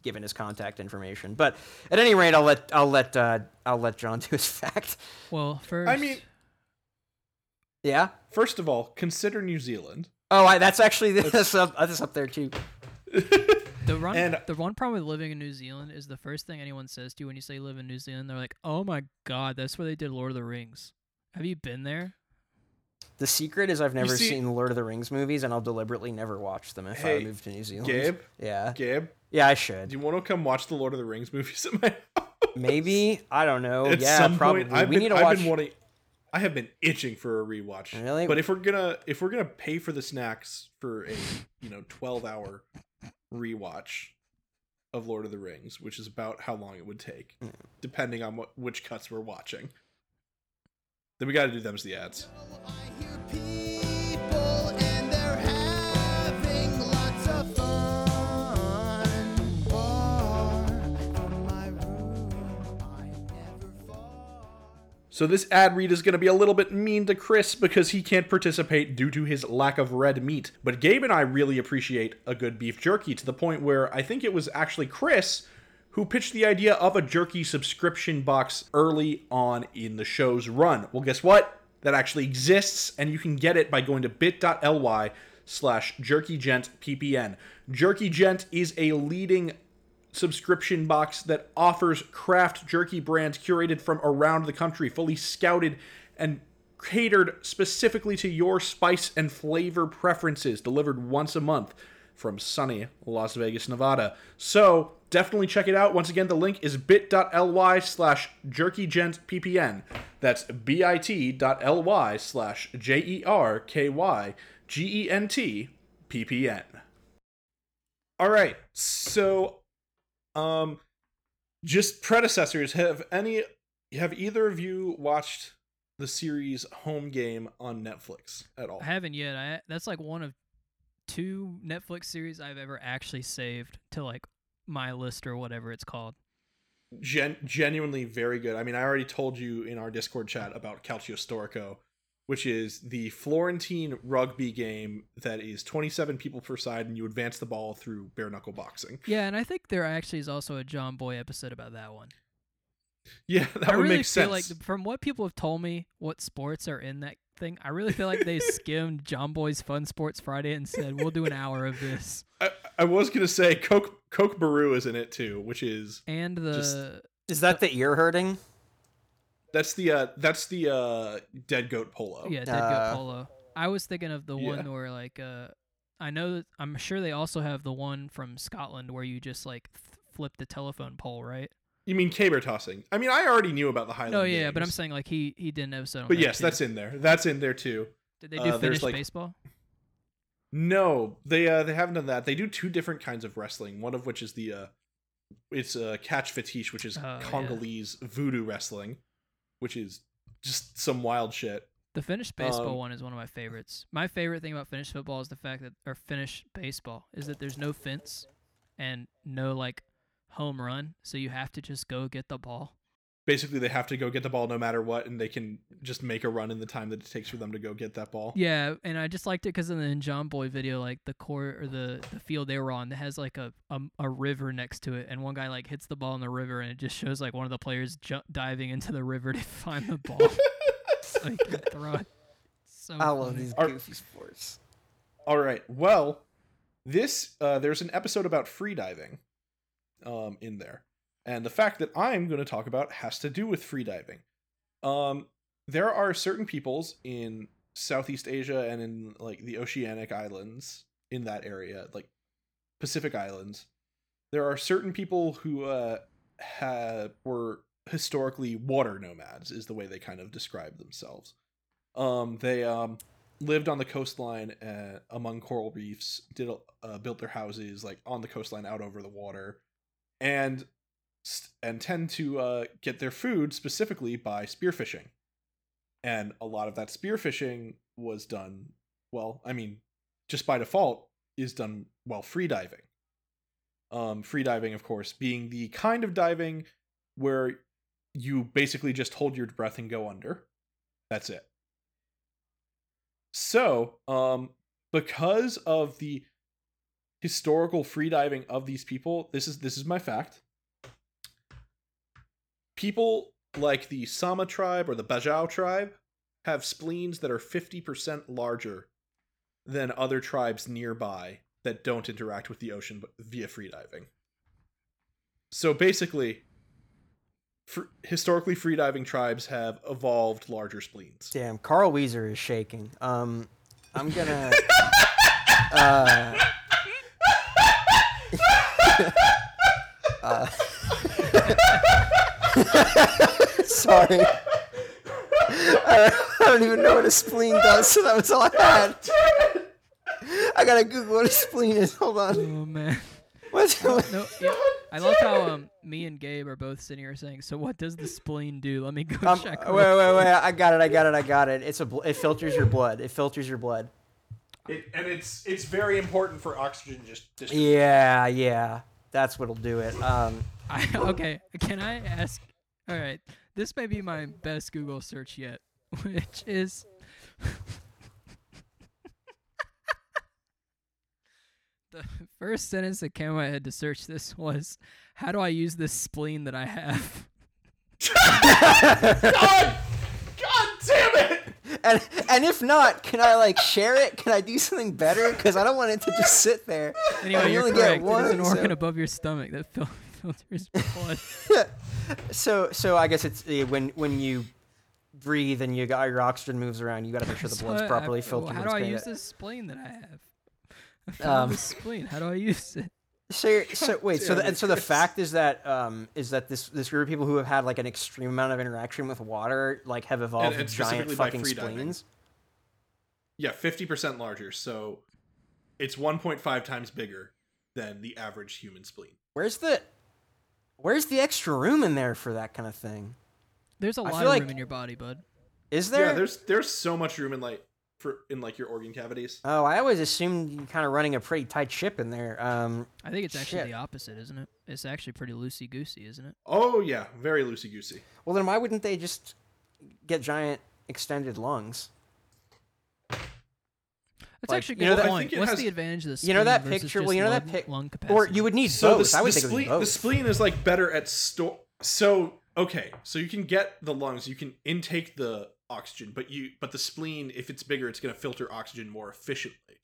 Speaker 2: given his contact information. But at any rate, I'll let I'll let uh, I'll let John do his fact.
Speaker 3: well, first
Speaker 1: I mean,
Speaker 2: Yeah.
Speaker 1: first of all, consider New Zealand.
Speaker 2: Oh, I, that's actually that's up that's up there too.
Speaker 3: the one
Speaker 1: and-
Speaker 3: the one problem with living in New Zealand is the first thing anyone says to you when you say you live in New Zealand, they're like, "Oh my God, that's where they did Lord of the Rings." Have you been there?
Speaker 2: The secret is I've never
Speaker 1: see-
Speaker 2: seen Lord of the Rings movies, and I'll deliberately never watch them if I
Speaker 1: Hey,
Speaker 2: move to New Zealand.
Speaker 1: Gabe,
Speaker 2: Yeah.
Speaker 1: Gabe,
Speaker 2: Yeah, I
Speaker 1: do
Speaker 2: should.
Speaker 1: you want to come watch the Lord of the Rings movies at my house?
Speaker 2: Maybe I don't know.
Speaker 1: At
Speaker 2: Oh, yeah,
Speaker 1: some
Speaker 2: probably.
Speaker 1: point, I've
Speaker 2: we
Speaker 1: been,
Speaker 2: need to
Speaker 1: I've
Speaker 2: watch.
Speaker 1: been wanting. I have been itching for a rewatch.
Speaker 2: Really?
Speaker 1: But if we're gonna if we're gonna pay for the snacks for a you know twelve hour rewatch of Lord of the Rings, which is about how long it would take,
Speaker 2: Hmm.
Speaker 1: depending on what which cuts we're watching, then we got to do them as the ads.
Speaker 4: I hear people and they're having lots of fun. Far from my room, I'm never far.
Speaker 1: So this ad read is going to be a little bit mean to Chris because he can't participate due to his lack of red meat. But Gabe and I really appreciate a good beef jerky to the point where I think it was actually Chris who pitched the idea of a jerky subscription box early on in the show's run. Well, guess what? That actually exists, and you can get it by going to bit.ly slash jerkygentppn. Jerky Gent is a leading subscription box that offers craft jerky brands curated from around the country, fully scouted and catered specifically to your spice and flavor preferences, delivered once a month from sunny Las Vegas, Nevada. So definitely check it out. Once again, the link is bit.ly slash jerkygentppn. That's bit.ly slash E J-E-R-K-Y-G-E-N-T-P-P-N. All right, so um, just predecessors. Have any? Have either of you watched the series Home Game on Netflix at all?
Speaker 3: I haven't yet. I that's like one of two Netflix series I've ever actually saved to like my list or whatever it's called.
Speaker 1: Gen- genuinely very good. I mean, I already told you in our Discord chat about Calcio Storico, which is the Florentine rugby game that is 27 people per side, and you advance the ball through bare knuckle boxing.
Speaker 3: Yeah, and I think there actually is also a John Boy episode about that one.
Speaker 1: Yeah, that
Speaker 3: I
Speaker 1: would
Speaker 3: really
Speaker 1: make
Speaker 3: feel
Speaker 1: sense.
Speaker 3: like th- from what people have told me, what sports are in that thing. I really feel like they skimmed John Boy's Fun Sports Friday and said, "We'll do an hour of this."
Speaker 1: I, I was gonna say Coke Coke Baru is in it too, which is
Speaker 3: And the
Speaker 1: Just-
Speaker 2: Is that the ear hurting?
Speaker 1: that's the uh that's the uh dead goat polo.
Speaker 3: yeah, Dead
Speaker 2: Uh,
Speaker 3: Goat Polo. I was thinking of the
Speaker 1: Oh, yeah.
Speaker 3: one where like uh, I know that I'm sure they also have the one from Scotland where you just like th- flip the telephone pole, right?
Speaker 1: You mean caber tossing? I mean, I already knew about the Highland.
Speaker 3: No, Oh, yeah, but I'm
Speaker 1: Games.
Speaker 3: saying like he he did an episode. On
Speaker 1: But
Speaker 3: that
Speaker 1: yes,
Speaker 3: too.
Speaker 1: that's in there. That's in there too.
Speaker 3: Did they
Speaker 1: uh,
Speaker 3: do
Speaker 1: there's,
Speaker 3: Finnish
Speaker 1: like-
Speaker 3: baseball?
Speaker 1: No, they uh, they haven't done that. They do two different kinds of wrestling. One of which is the uh, it's uh, catch fetiche, which is
Speaker 3: Oh, yeah.
Speaker 1: Congolese voodoo wrestling, which is just some wild shit.
Speaker 3: The Finnish baseball
Speaker 1: Um,
Speaker 3: one is one of my favorites. My favorite thing about Finnish football is the fact that or Finnish baseball is that there's no fence and no like home run, so you have to just go get the ball.
Speaker 1: Basically, they have to go get the ball no matter what, and they can just make a run in the time that it takes for them to go get that ball.
Speaker 3: Yeah, and I just liked it because in the John Boy video, like the court or the, the field they were on, that has like a, a a river next to it, and one guy like hits the ball in the river, and it just shows like one of the players ju- diving into the river to find the ball. so he can throw it. So
Speaker 2: I love
Speaker 3: funny.
Speaker 2: these
Speaker 1: Are-
Speaker 2: goofy sports.
Speaker 1: All right. Well, this uh, there's an episode about freediving um, in there, and the fact that I'm going to talk about has to do with freediving. Um, there are certain peoples in Southeast Asia and in like the oceanic islands in that area, like Pacific Islands. There are certain people who uh, ha- were historically water nomads, is the way they kind of describe themselves. Um, they um, lived on the coastline uh, among coral reefs did uh, built their houses like on the coastline out over the water and s- and tend to uh, get their food specifically by spearfishing and a lot of that spearfishing was done well i mean just by default is done while freediving um freediving of course being the kind of diving where you basically just hold your breath and go under that's it so, um, because of the historical freediving of these people, this is this is my fact. People like the Sama tribe or the Bajau tribe have spleens that are 50% larger than other tribes nearby that don't interact with the ocean but- via freediving. So basically, fr- historically freediving tribes have evolved larger spleens.
Speaker 2: Damn, Carl Weezer is shaking. Um, I'm gonna. uh, uh, sorry. I don't, I don't even know what a spleen does, so that was all I had. I gotta Google what a spleen is. Hold on.
Speaker 3: Oh man.
Speaker 2: What's
Speaker 3: No, yeah, I love how um me and Gabe are both sitting here saying, "So what does the spleen do?" Let me go
Speaker 2: Um, wait,
Speaker 3: check.
Speaker 2: wait,
Speaker 3: real
Speaker 2: wait! I got it! I got it! I got it! It's a. Bl- it filters your blood. It filters your blood.
Speaker 1: It, and it's it's very important for oxygen just. just
Speaker 2: Yeah, yeah. That's what'll do it. Um,
Speaker 3: I, okay, can I ask? All right, this may be my best Google search yet, which is the first sentence that came to my head to search this was, "How do I use this spleen that I have?"
Speaker 1: God, God damn it!
Speaker 2: and and if not, can I like share it? Can I do something better? Because I don't want it to just sit there.
Speaker 3: Anyway,
Speaker 2: you
Speaker 3: you're
Speaker 2: only get
Speaker 3: correct. it is an
Speaker 2: one, so-
Speaker 3: organ above your stomach that fil- filters blood.
Speaker 2: So so I guess it's uh, when when you breathe and you got your oxygen moves around, you got to make sure the
Speaker 3: So
Speaker 2: blood's
Speaker 3: I-
Speaker 2: properly
Speaker 3: I-
Speaker 2: filtered.
Speaker 3: How
Speaker 2: and
Speaker 3: do I
Speaker 2: screened
Speaker 3: use
Speaker 2: it.
Speaker 3: this spleen that I have? I found
Speaker 2: Um,
Speaker 3: this spleen. How do I use it?
Speaker 2: So you're- so wait. So the, and so the fact is that um is that this this group of people who have had like an extreme amount of interaction with water like have evolved
Speaker 1: and
Speaker 2: giant
Speaker 1: specifically by
Speaker 2: fucking
Speaker 1: free diving.
Speaker 2: spleens.
Speaker 1: Yeah, fifty percent larger. So it's one point five times bigger than the average human spleen.
Speaker 2: Where's the Where's the extra room in there for that kind of thing?
Speaker 3: There's a lot
Speaker 2: feel
Speaker 3: of
Speaker 2: like-
Speaker 3: room in your body, bud.
Speaker 2: Is there?
Speaker 1: yeah, there's there's so much room in like for in like your organ cavities.
Speaker 2: Oh, I always assumed you kind of running a pretty tight ship in there. Um,
Speaker 3: I think it's actually
Speaker 2: Shit.
Speaker 3: the opposite, isn't it? It's actually pretty loosey goosey, isn't it?
Speaker 1: Oh yeah, very loosey goosey.
Speaker 2: well, then why wouldn't they just get giant extended lungs?
Speaker 3: That's
Speaker 2: Like,
Speaker 3: actually a
Speaker 2: you know
Speaker 3: good
Speaker 2: that- I
Speaker 3: point.
Speaker 1: think it
Speaker 3: What's
Speaker 1: has-
Speaker 3: the advantage of this?
Speaker 2: You know that picture. Well, you know that pic.
Speaker 3: Lung capacity.
Speaker 2: Or you would need
Speaker 1: So
Speaker 2: both.
Speaker 1: the,
Speaker 2: I would
Speaker 1: the
Speaker 2: think it would be
Speaker 1: spleen
Speaker 2: both.
Speaker 1: the spleen is like better at store. So okay, so you can get the lungs, you can intake the oxygen, but you but the spleen, if it's bigger, it's going to filter oxygen more efficiently.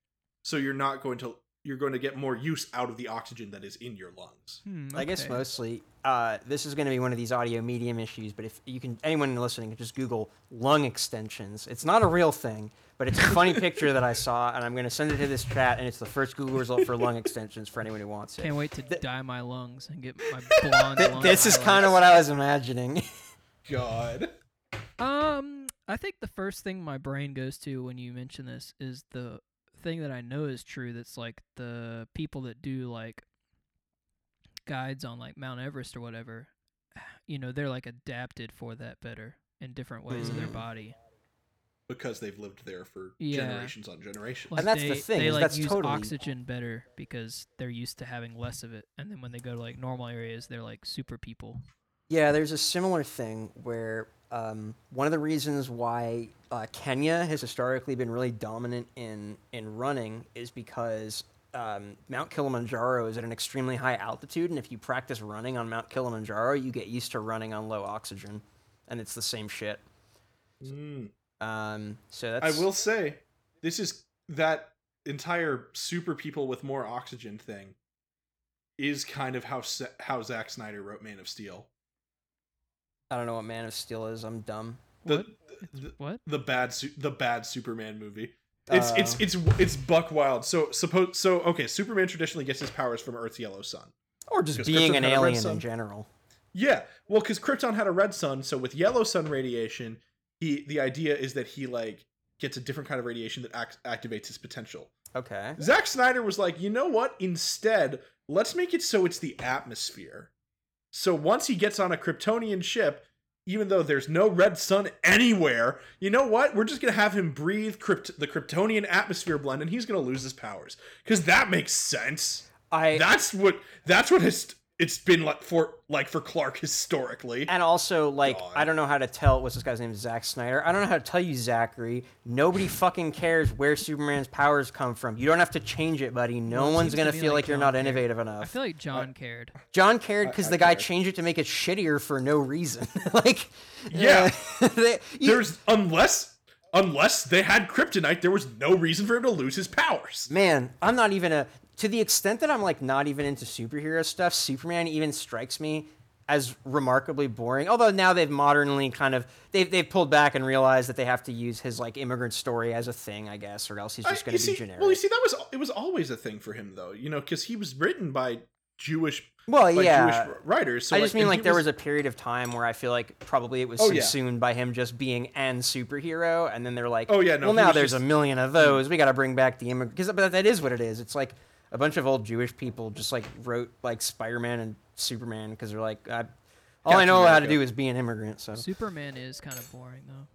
Speaker 1: So you're not going to you're going to get more use out of the oxygen that is in your lungs.
Speaker 3: Hmm,
Speaker 2: I guess
Speaker 3: okay.
Speaker 2: mostly uh, this is going to be one of these audio medium issues. But if you can, anyone listening can just Google lung extensions. It's not a real thing, but it's a funny picture that I saw, and I'm going to send it to this chat. And it's the first Google result for lung extensions for anyone who wants it.
Speaker 3: Can't wait to dye my lungs and get my blonde.
Speaker 2: Th-
Speaker 3: lung
Speaker 2: this is kind of what I was imagining.
Speaker 1: God.
Speaker 3: Um, I think the first thing my brain goes to when you mention this is the thing that I know is true. That's like the people that do like guides on like Mount Everest or whatever. You know, they're like adapted for that better in different ways of their
Speaker 2: Mm.
Speaker 3: body.
Speaker 1: Because they've lived there for
Speaker 3: Yeah.
Speaker 1: generations on generations.
Speaker 3: Like,
Speaker 2: that's
Speaker 3: they,
Speaker 2: the thing,
Speaker 3: They
Speaker 2: is
Speaker 3: like
Speaker 2: that's
Speaker 3: use
Speaker 2: totally-
Speaker 3: oxygen better because they're used to having less of it, and then when they go to like normal areas, they're like super people.
Speaker 2: Yeah, there's a similar thing where um, one of the reasons why uh, Kenya has historically been really dominant in in running is because um, Mount Kilimanjaro is at an extremely high altitude, and if you practice running on Mount Kilimanjaro, you get used to running on low oxygen, and it's the same shit.
Speaker 1: Mm.
Speaker 2: Um, so
Speaker 1: I
Speaker 2: that's
Speaker 1: will say, this is that entire super people with more oxygen thing is kind of how Sa- how Zack Snyder wrote Man of Steel.
Speaker 2: I don't know what Man of Steel is. I'm dumb.
Speaker 1: The
Speaker 3: It's-
Speaker 1: the,
Speaker 3: What?
Speaker 1: the bad su- the bad Superman movie. It's it's
Speaker 2: Uh,
Speaker 1: it's it's Buck Wild. So suppose so okay, Superman traditionally gets his powers from Earth's yellow sun.
Speaker 2: or just
Speaker 1: Just
Speaker 2: being
Speaker 1: Krypton
Speaker 2: an
Speaker 1: had a red
Speaker 2: alien in
Speaker 1: sun.
Speaker 2: general.
Speaker 1: Yeah, well, because Krypton had a red sun, so with yellow sun radiation, he the idea is that he like gets a different kind of radiation that act- activates his potential.
Speaker 2: Okay.
Speaker 1: Zack Snyder was like, you know what? Instead, let's make it so it's the atmosphere. So once he gets on a Kryptonian ship, even though there's no red sun anywhere, you know what? We're just gonna have him breathe Krypt- the Kryptonian atmosphere blend, and he's gonna lose his powers because that makes sense.
Speaker 2: I
Speaker 1: That's what that's what his, it's been like for like for Clark historically.
Speaker 2: And also, like,
Speaker 1: God.
Speaker 2: I don't know how to tell what's this guy's name, Zack Snyder. I don't know how to tell you, Zachary. Nobody fucking cares where Superman's powers come from. You don't have to change it, buddy. No
Speaker 3: Well, it
Speaker 2: one's
Speaker 3: seems to
Speaker 2: gonna
Speaker 3: me
Speaker 2: feel
Speaker 3: like
Speaker 2: like you're
Speaker 3: John
Speaker 2: not
Speaker 3: cared.
Speaker 2: innovative
Speaker 3: I
Speaker 2: enough.
Speaker 3: feel like
Speaker 2: Uh,
Speaker 3: John cared.
Speaker 2: John cared because
Speaker 1: I
Speaker 2: the guy
Speaker 1: care.
Speaker 2: changed it to make it shittier for no reason. like,
Speaker 1: Yeah.
Speaker 2: uh, they- you-
Speaker 1: There's unless unless they had kryptonite, there was no reason for him to lose his powers.
Speaker 2: man, I'm not even a to the extent that I'm like not even into superhero stuff. Superman even strikes me as remarkably boring. Although now they've modernly kind of they've they've pulled back and realized that they have to use his like immigrant story as a thing, I guess, or else he's just
Speaker 1: I-
Speaker 2: going
Speaker 1: you
Speaker 2: to be
Speaker 1: see-
Speaker 2: generic.
Speaker 1: Well, you see, that was it was always a thing for him, though. You know, because he was written by Jewish,
Speaker 2: Well,
Speaker 1: by
Speaker 2: yeah.
Speaker 1: Jewish writers. So
Speaker 2: I just
Speaker 1: like,
Speaker 2: mean
Speaker 1: and
Speaker 2: like
Speaker 1: he
Speaker 2: there was, a period of time where I feel like probably it was
Speaker 1: Oh, yeah.
Speaker 2: subsumed by him just being an superhero, and then they're like,
Speaker 1: Oh, yeah, no,
Speaker 2: well
Speaker 1: he
Speaker 2: now
Speaker 1: was
Speaker 2: there's
Speaker 1: just- Mm.
Speaker 2: a million of those. We got to bring back the immigrant because but that is what it is. It's like a bunch of old Jewish people just like wrote like Spider-Man and Superman because they're like, I, all I
Speaker 1: Captain
Speaker 2: know how to
Speaker 1: America.
Speaker 2: do is be an immigrant. So
Speaker 3: Superman is kind of boring though.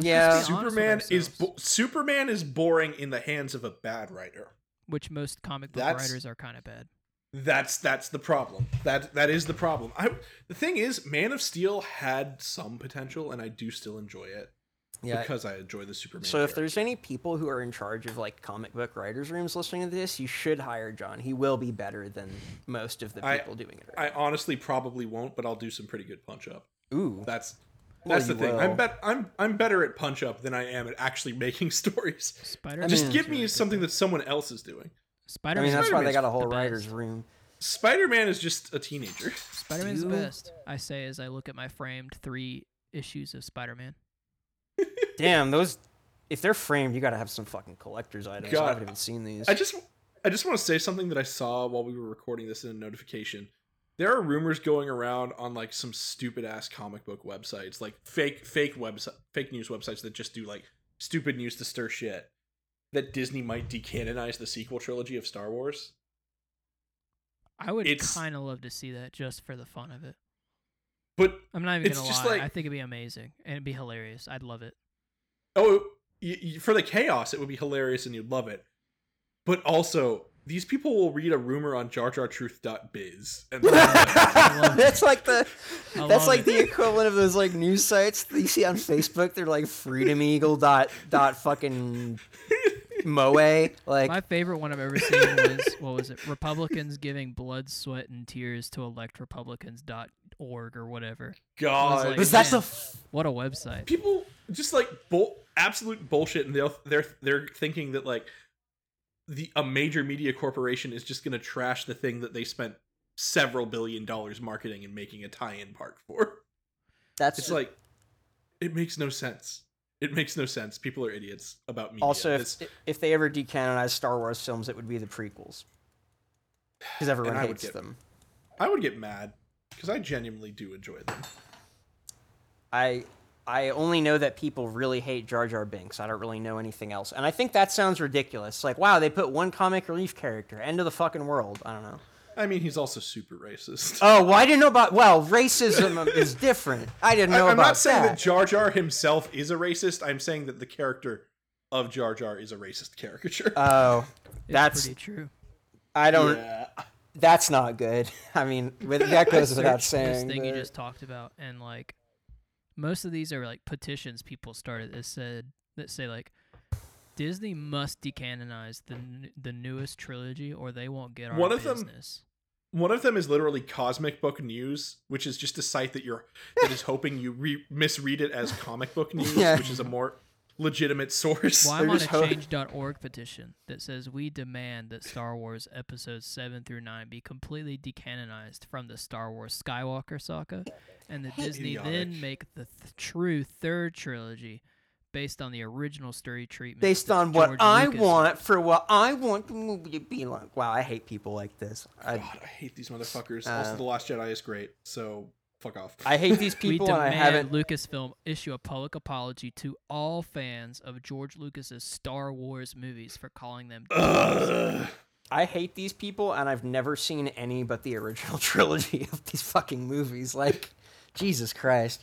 Speaker 2: yeah,
Speaker 3: honest with
Speaker 1: Superman is
Speaker 3: ourselves.
Speaker 1: bo- Superman is boring in the hands of a bad writer.
Speaker 3: which most comic book
Speaker 1: That's-
Speaker 3: writers are kind of bad.
Speaker 1: That's that's the problem. That that is the problem. I the thing is, Man of Steel had some potential, and I do still enjoy it
Speaker 2: yeah.
Speaker 1: because I enjoy the Superman.
Speaker 2: so if
Speaker 1: character.
Speaker 2: there's any people who are in charge of like comic book writers rooms listening to this, you should hire John. He will be better than most of the
Speaker 1: I-
Speaker 2: people doing it. Right.
Speaker 1: I honestly probably won't, but I'll do some pretty good punch up.
Speaker 2: Ooh,
Speaker 1: That's
Speaker 2: Well,
Speaker 1: that's
Speaker 2: you
Speaker 1: the thing.
Speaker 2: will.
Speaker 1: I'm bet I'm I'm better at punch up than I am at actually making stories.
Speaker 3: Spider.
Speaker 1: Just give me something that someone else is doing.
Speaker 2: I
Speaker 3: Spider.
Speaker 2: mean that's why they
Speaker 1: Spider-Man's
Speaker 2: got a whole
Speaker 3: the best.
Speaker 2: writers room.
Speaker 1: Spider Man is just a teenager.
Speaker 3: Spider Man's the
Speaker 2: Do-
Speaker 3: best. I say as I look at my framed three issues of Spider Man.
Speaker 2: Damn, those. If they're framed, you gotta have some fucking collector's items. I
Speaker 1: God,
Speaker 2: haven't even seen these.
Speaker 1: I just I just want to say something that I saw while we were recording this in a notification. There are rumors going around on like some stupid ass comic book websites, like fake fake website fake news websites that just do like stupid news to stir shit. That Disney might decanonize the sequel trilogy of Star Wars.
Speaker 3: I would
Speaker 1: It's-
Speaker 3: kind of love to see that just for the fun of it.
Speaker 1: But
Speaker 3: I'm not even
Speaker 1: It's
Speaker 3: gonna
Speaker 1: just
Speaker 3: lie.
Speaker 1: like-
Speaker 3: I think it'd be amazing and it'd be hilarious. I'd love it.
Speaker 1: oh, y- y- for the chaos, it would be hilarious and you'd love it. But also, these people will read a rumor on JarJarTruth.biz and they'll be like,
Speaker 3: love it.
Speaker 2: that's like the.
Speaker 3: I
Speaker 2: That's
Speaker 3: love
Speaker 2: like
Speaker 3: it.
Speaker 2: the equivalent of those like news sites that you see on Facebook. They're like Freedom Eagle dot dot fucking moe. Like uh,
Speaker 3: My favorite one I've ever seen was what was it? Republicans giving blood, sweat, and tears to electRepublicans.org or whatever.
Speaker 1: God,
Speaker 3: like-
Speaker 2: because that's
Speaker 3: man.
Speaker 2: a. F-
Speaker 3: What a website!
Speaker 1: people just like bull, absolute bullshit, and they're they're they're thinking that like the a major media corporation is just going to trash the thing that they spent several billion dollars marketing and making a tie-in park for.
Speaker 2: That's
Speaker 1: It's like it makes no sense. It makes no sense. People are idiots about media.
Speaker 2: also
Speaker 1: It's-
Speaker 2: if, if they ever decanonize Star Wars films, it would be the prequels because everyone
Speaker 1: I would
Speaker 2: hates
Speaker 1: get-
Speaker 2: them.
Speaker 1: I would get mad because I genuinely do enjoy them.
Speaker 2: I I only know that people really hate Jar Jar Binks. I don't really know anything else, and I think that sounds ridiculous. Like, wow, they put one comic relief character. End of the fucking world. I don't know.
Speaker 1: I mean, he's also super racist.
Speaker 2: Oh, well, I didn't know about. Well, racism is different. I didn't
Speaker 1: I,
Speaker 2: know
Speaker 1: am
Speaker 2: about
Speaker 1: not saying that.
Speaker 2: that.
Speaker 1: Jar Jar himself is a racist. I'm saying that the character of Jar Jar is a racist caricature.
Speaker 2: oh, that's
Speaker 3: pretty true.
Speaker 2: I don't.
Speaker 1: yeah.
Speaker 2: That's not good. I mean, with, that goes without
Speaker 3: This
Speaker 2: saying.
Speaker 3: thing you
Speaker 2: but-
Speaker 3: just talked about, and like most of these are like petitions people started that said that say like Disney must decanonize the n- the newest trilogy or they won't get our
Speaker 1: One of them-
Speaker 3: business.
Speaker 1: One of them is literally Cosmic Book News, which is just a site that you're that is hoping you re- misread it as comic book news,
Speaker 2: Yeah.
Speaker 1: which is a more legitimate source.
Speaker 3: Well,
Speaker 2: They're
Speaker 3: I'm on a
Speaker 2: just ho-
Speaker 3: change.org petition that says we demand that Star Wars episodes 7 through 9 be completely decanonized from the Star Wars Skywalker saga and that Disney
Speaker 1: Idiotic.
Speaker 3: then make the th- true third trilogy based on the original story treatment.
Speaker 2: based
Speaker 3: that
Speaker 2: on what
Speaker 3: George
Speaker 2: I
Speaker 3: Lucas-
Speaker 2: want for what I want the movie to be like. Wow, I hate people like this. I,
Speaker 1: God, I hate these motherfuckers. also, The Last Jedi is great, so fuck off.
Speaker 2: Uh, I hate these people,
Speaker 3: we
Speaker 2: and I
Speaker 3: demand
Speaker 2: haven't.
Speaker 3: Lucasfilm issue a public apology to all fans of George Lucas's Star Wars movies for calling them.
Speaker 2: Uh,
Speaker 1: Ugh.
Speaker 2: I hate these people, and I've never seen any but the original trilogy of these fucking movies. Like, Jesus Christ.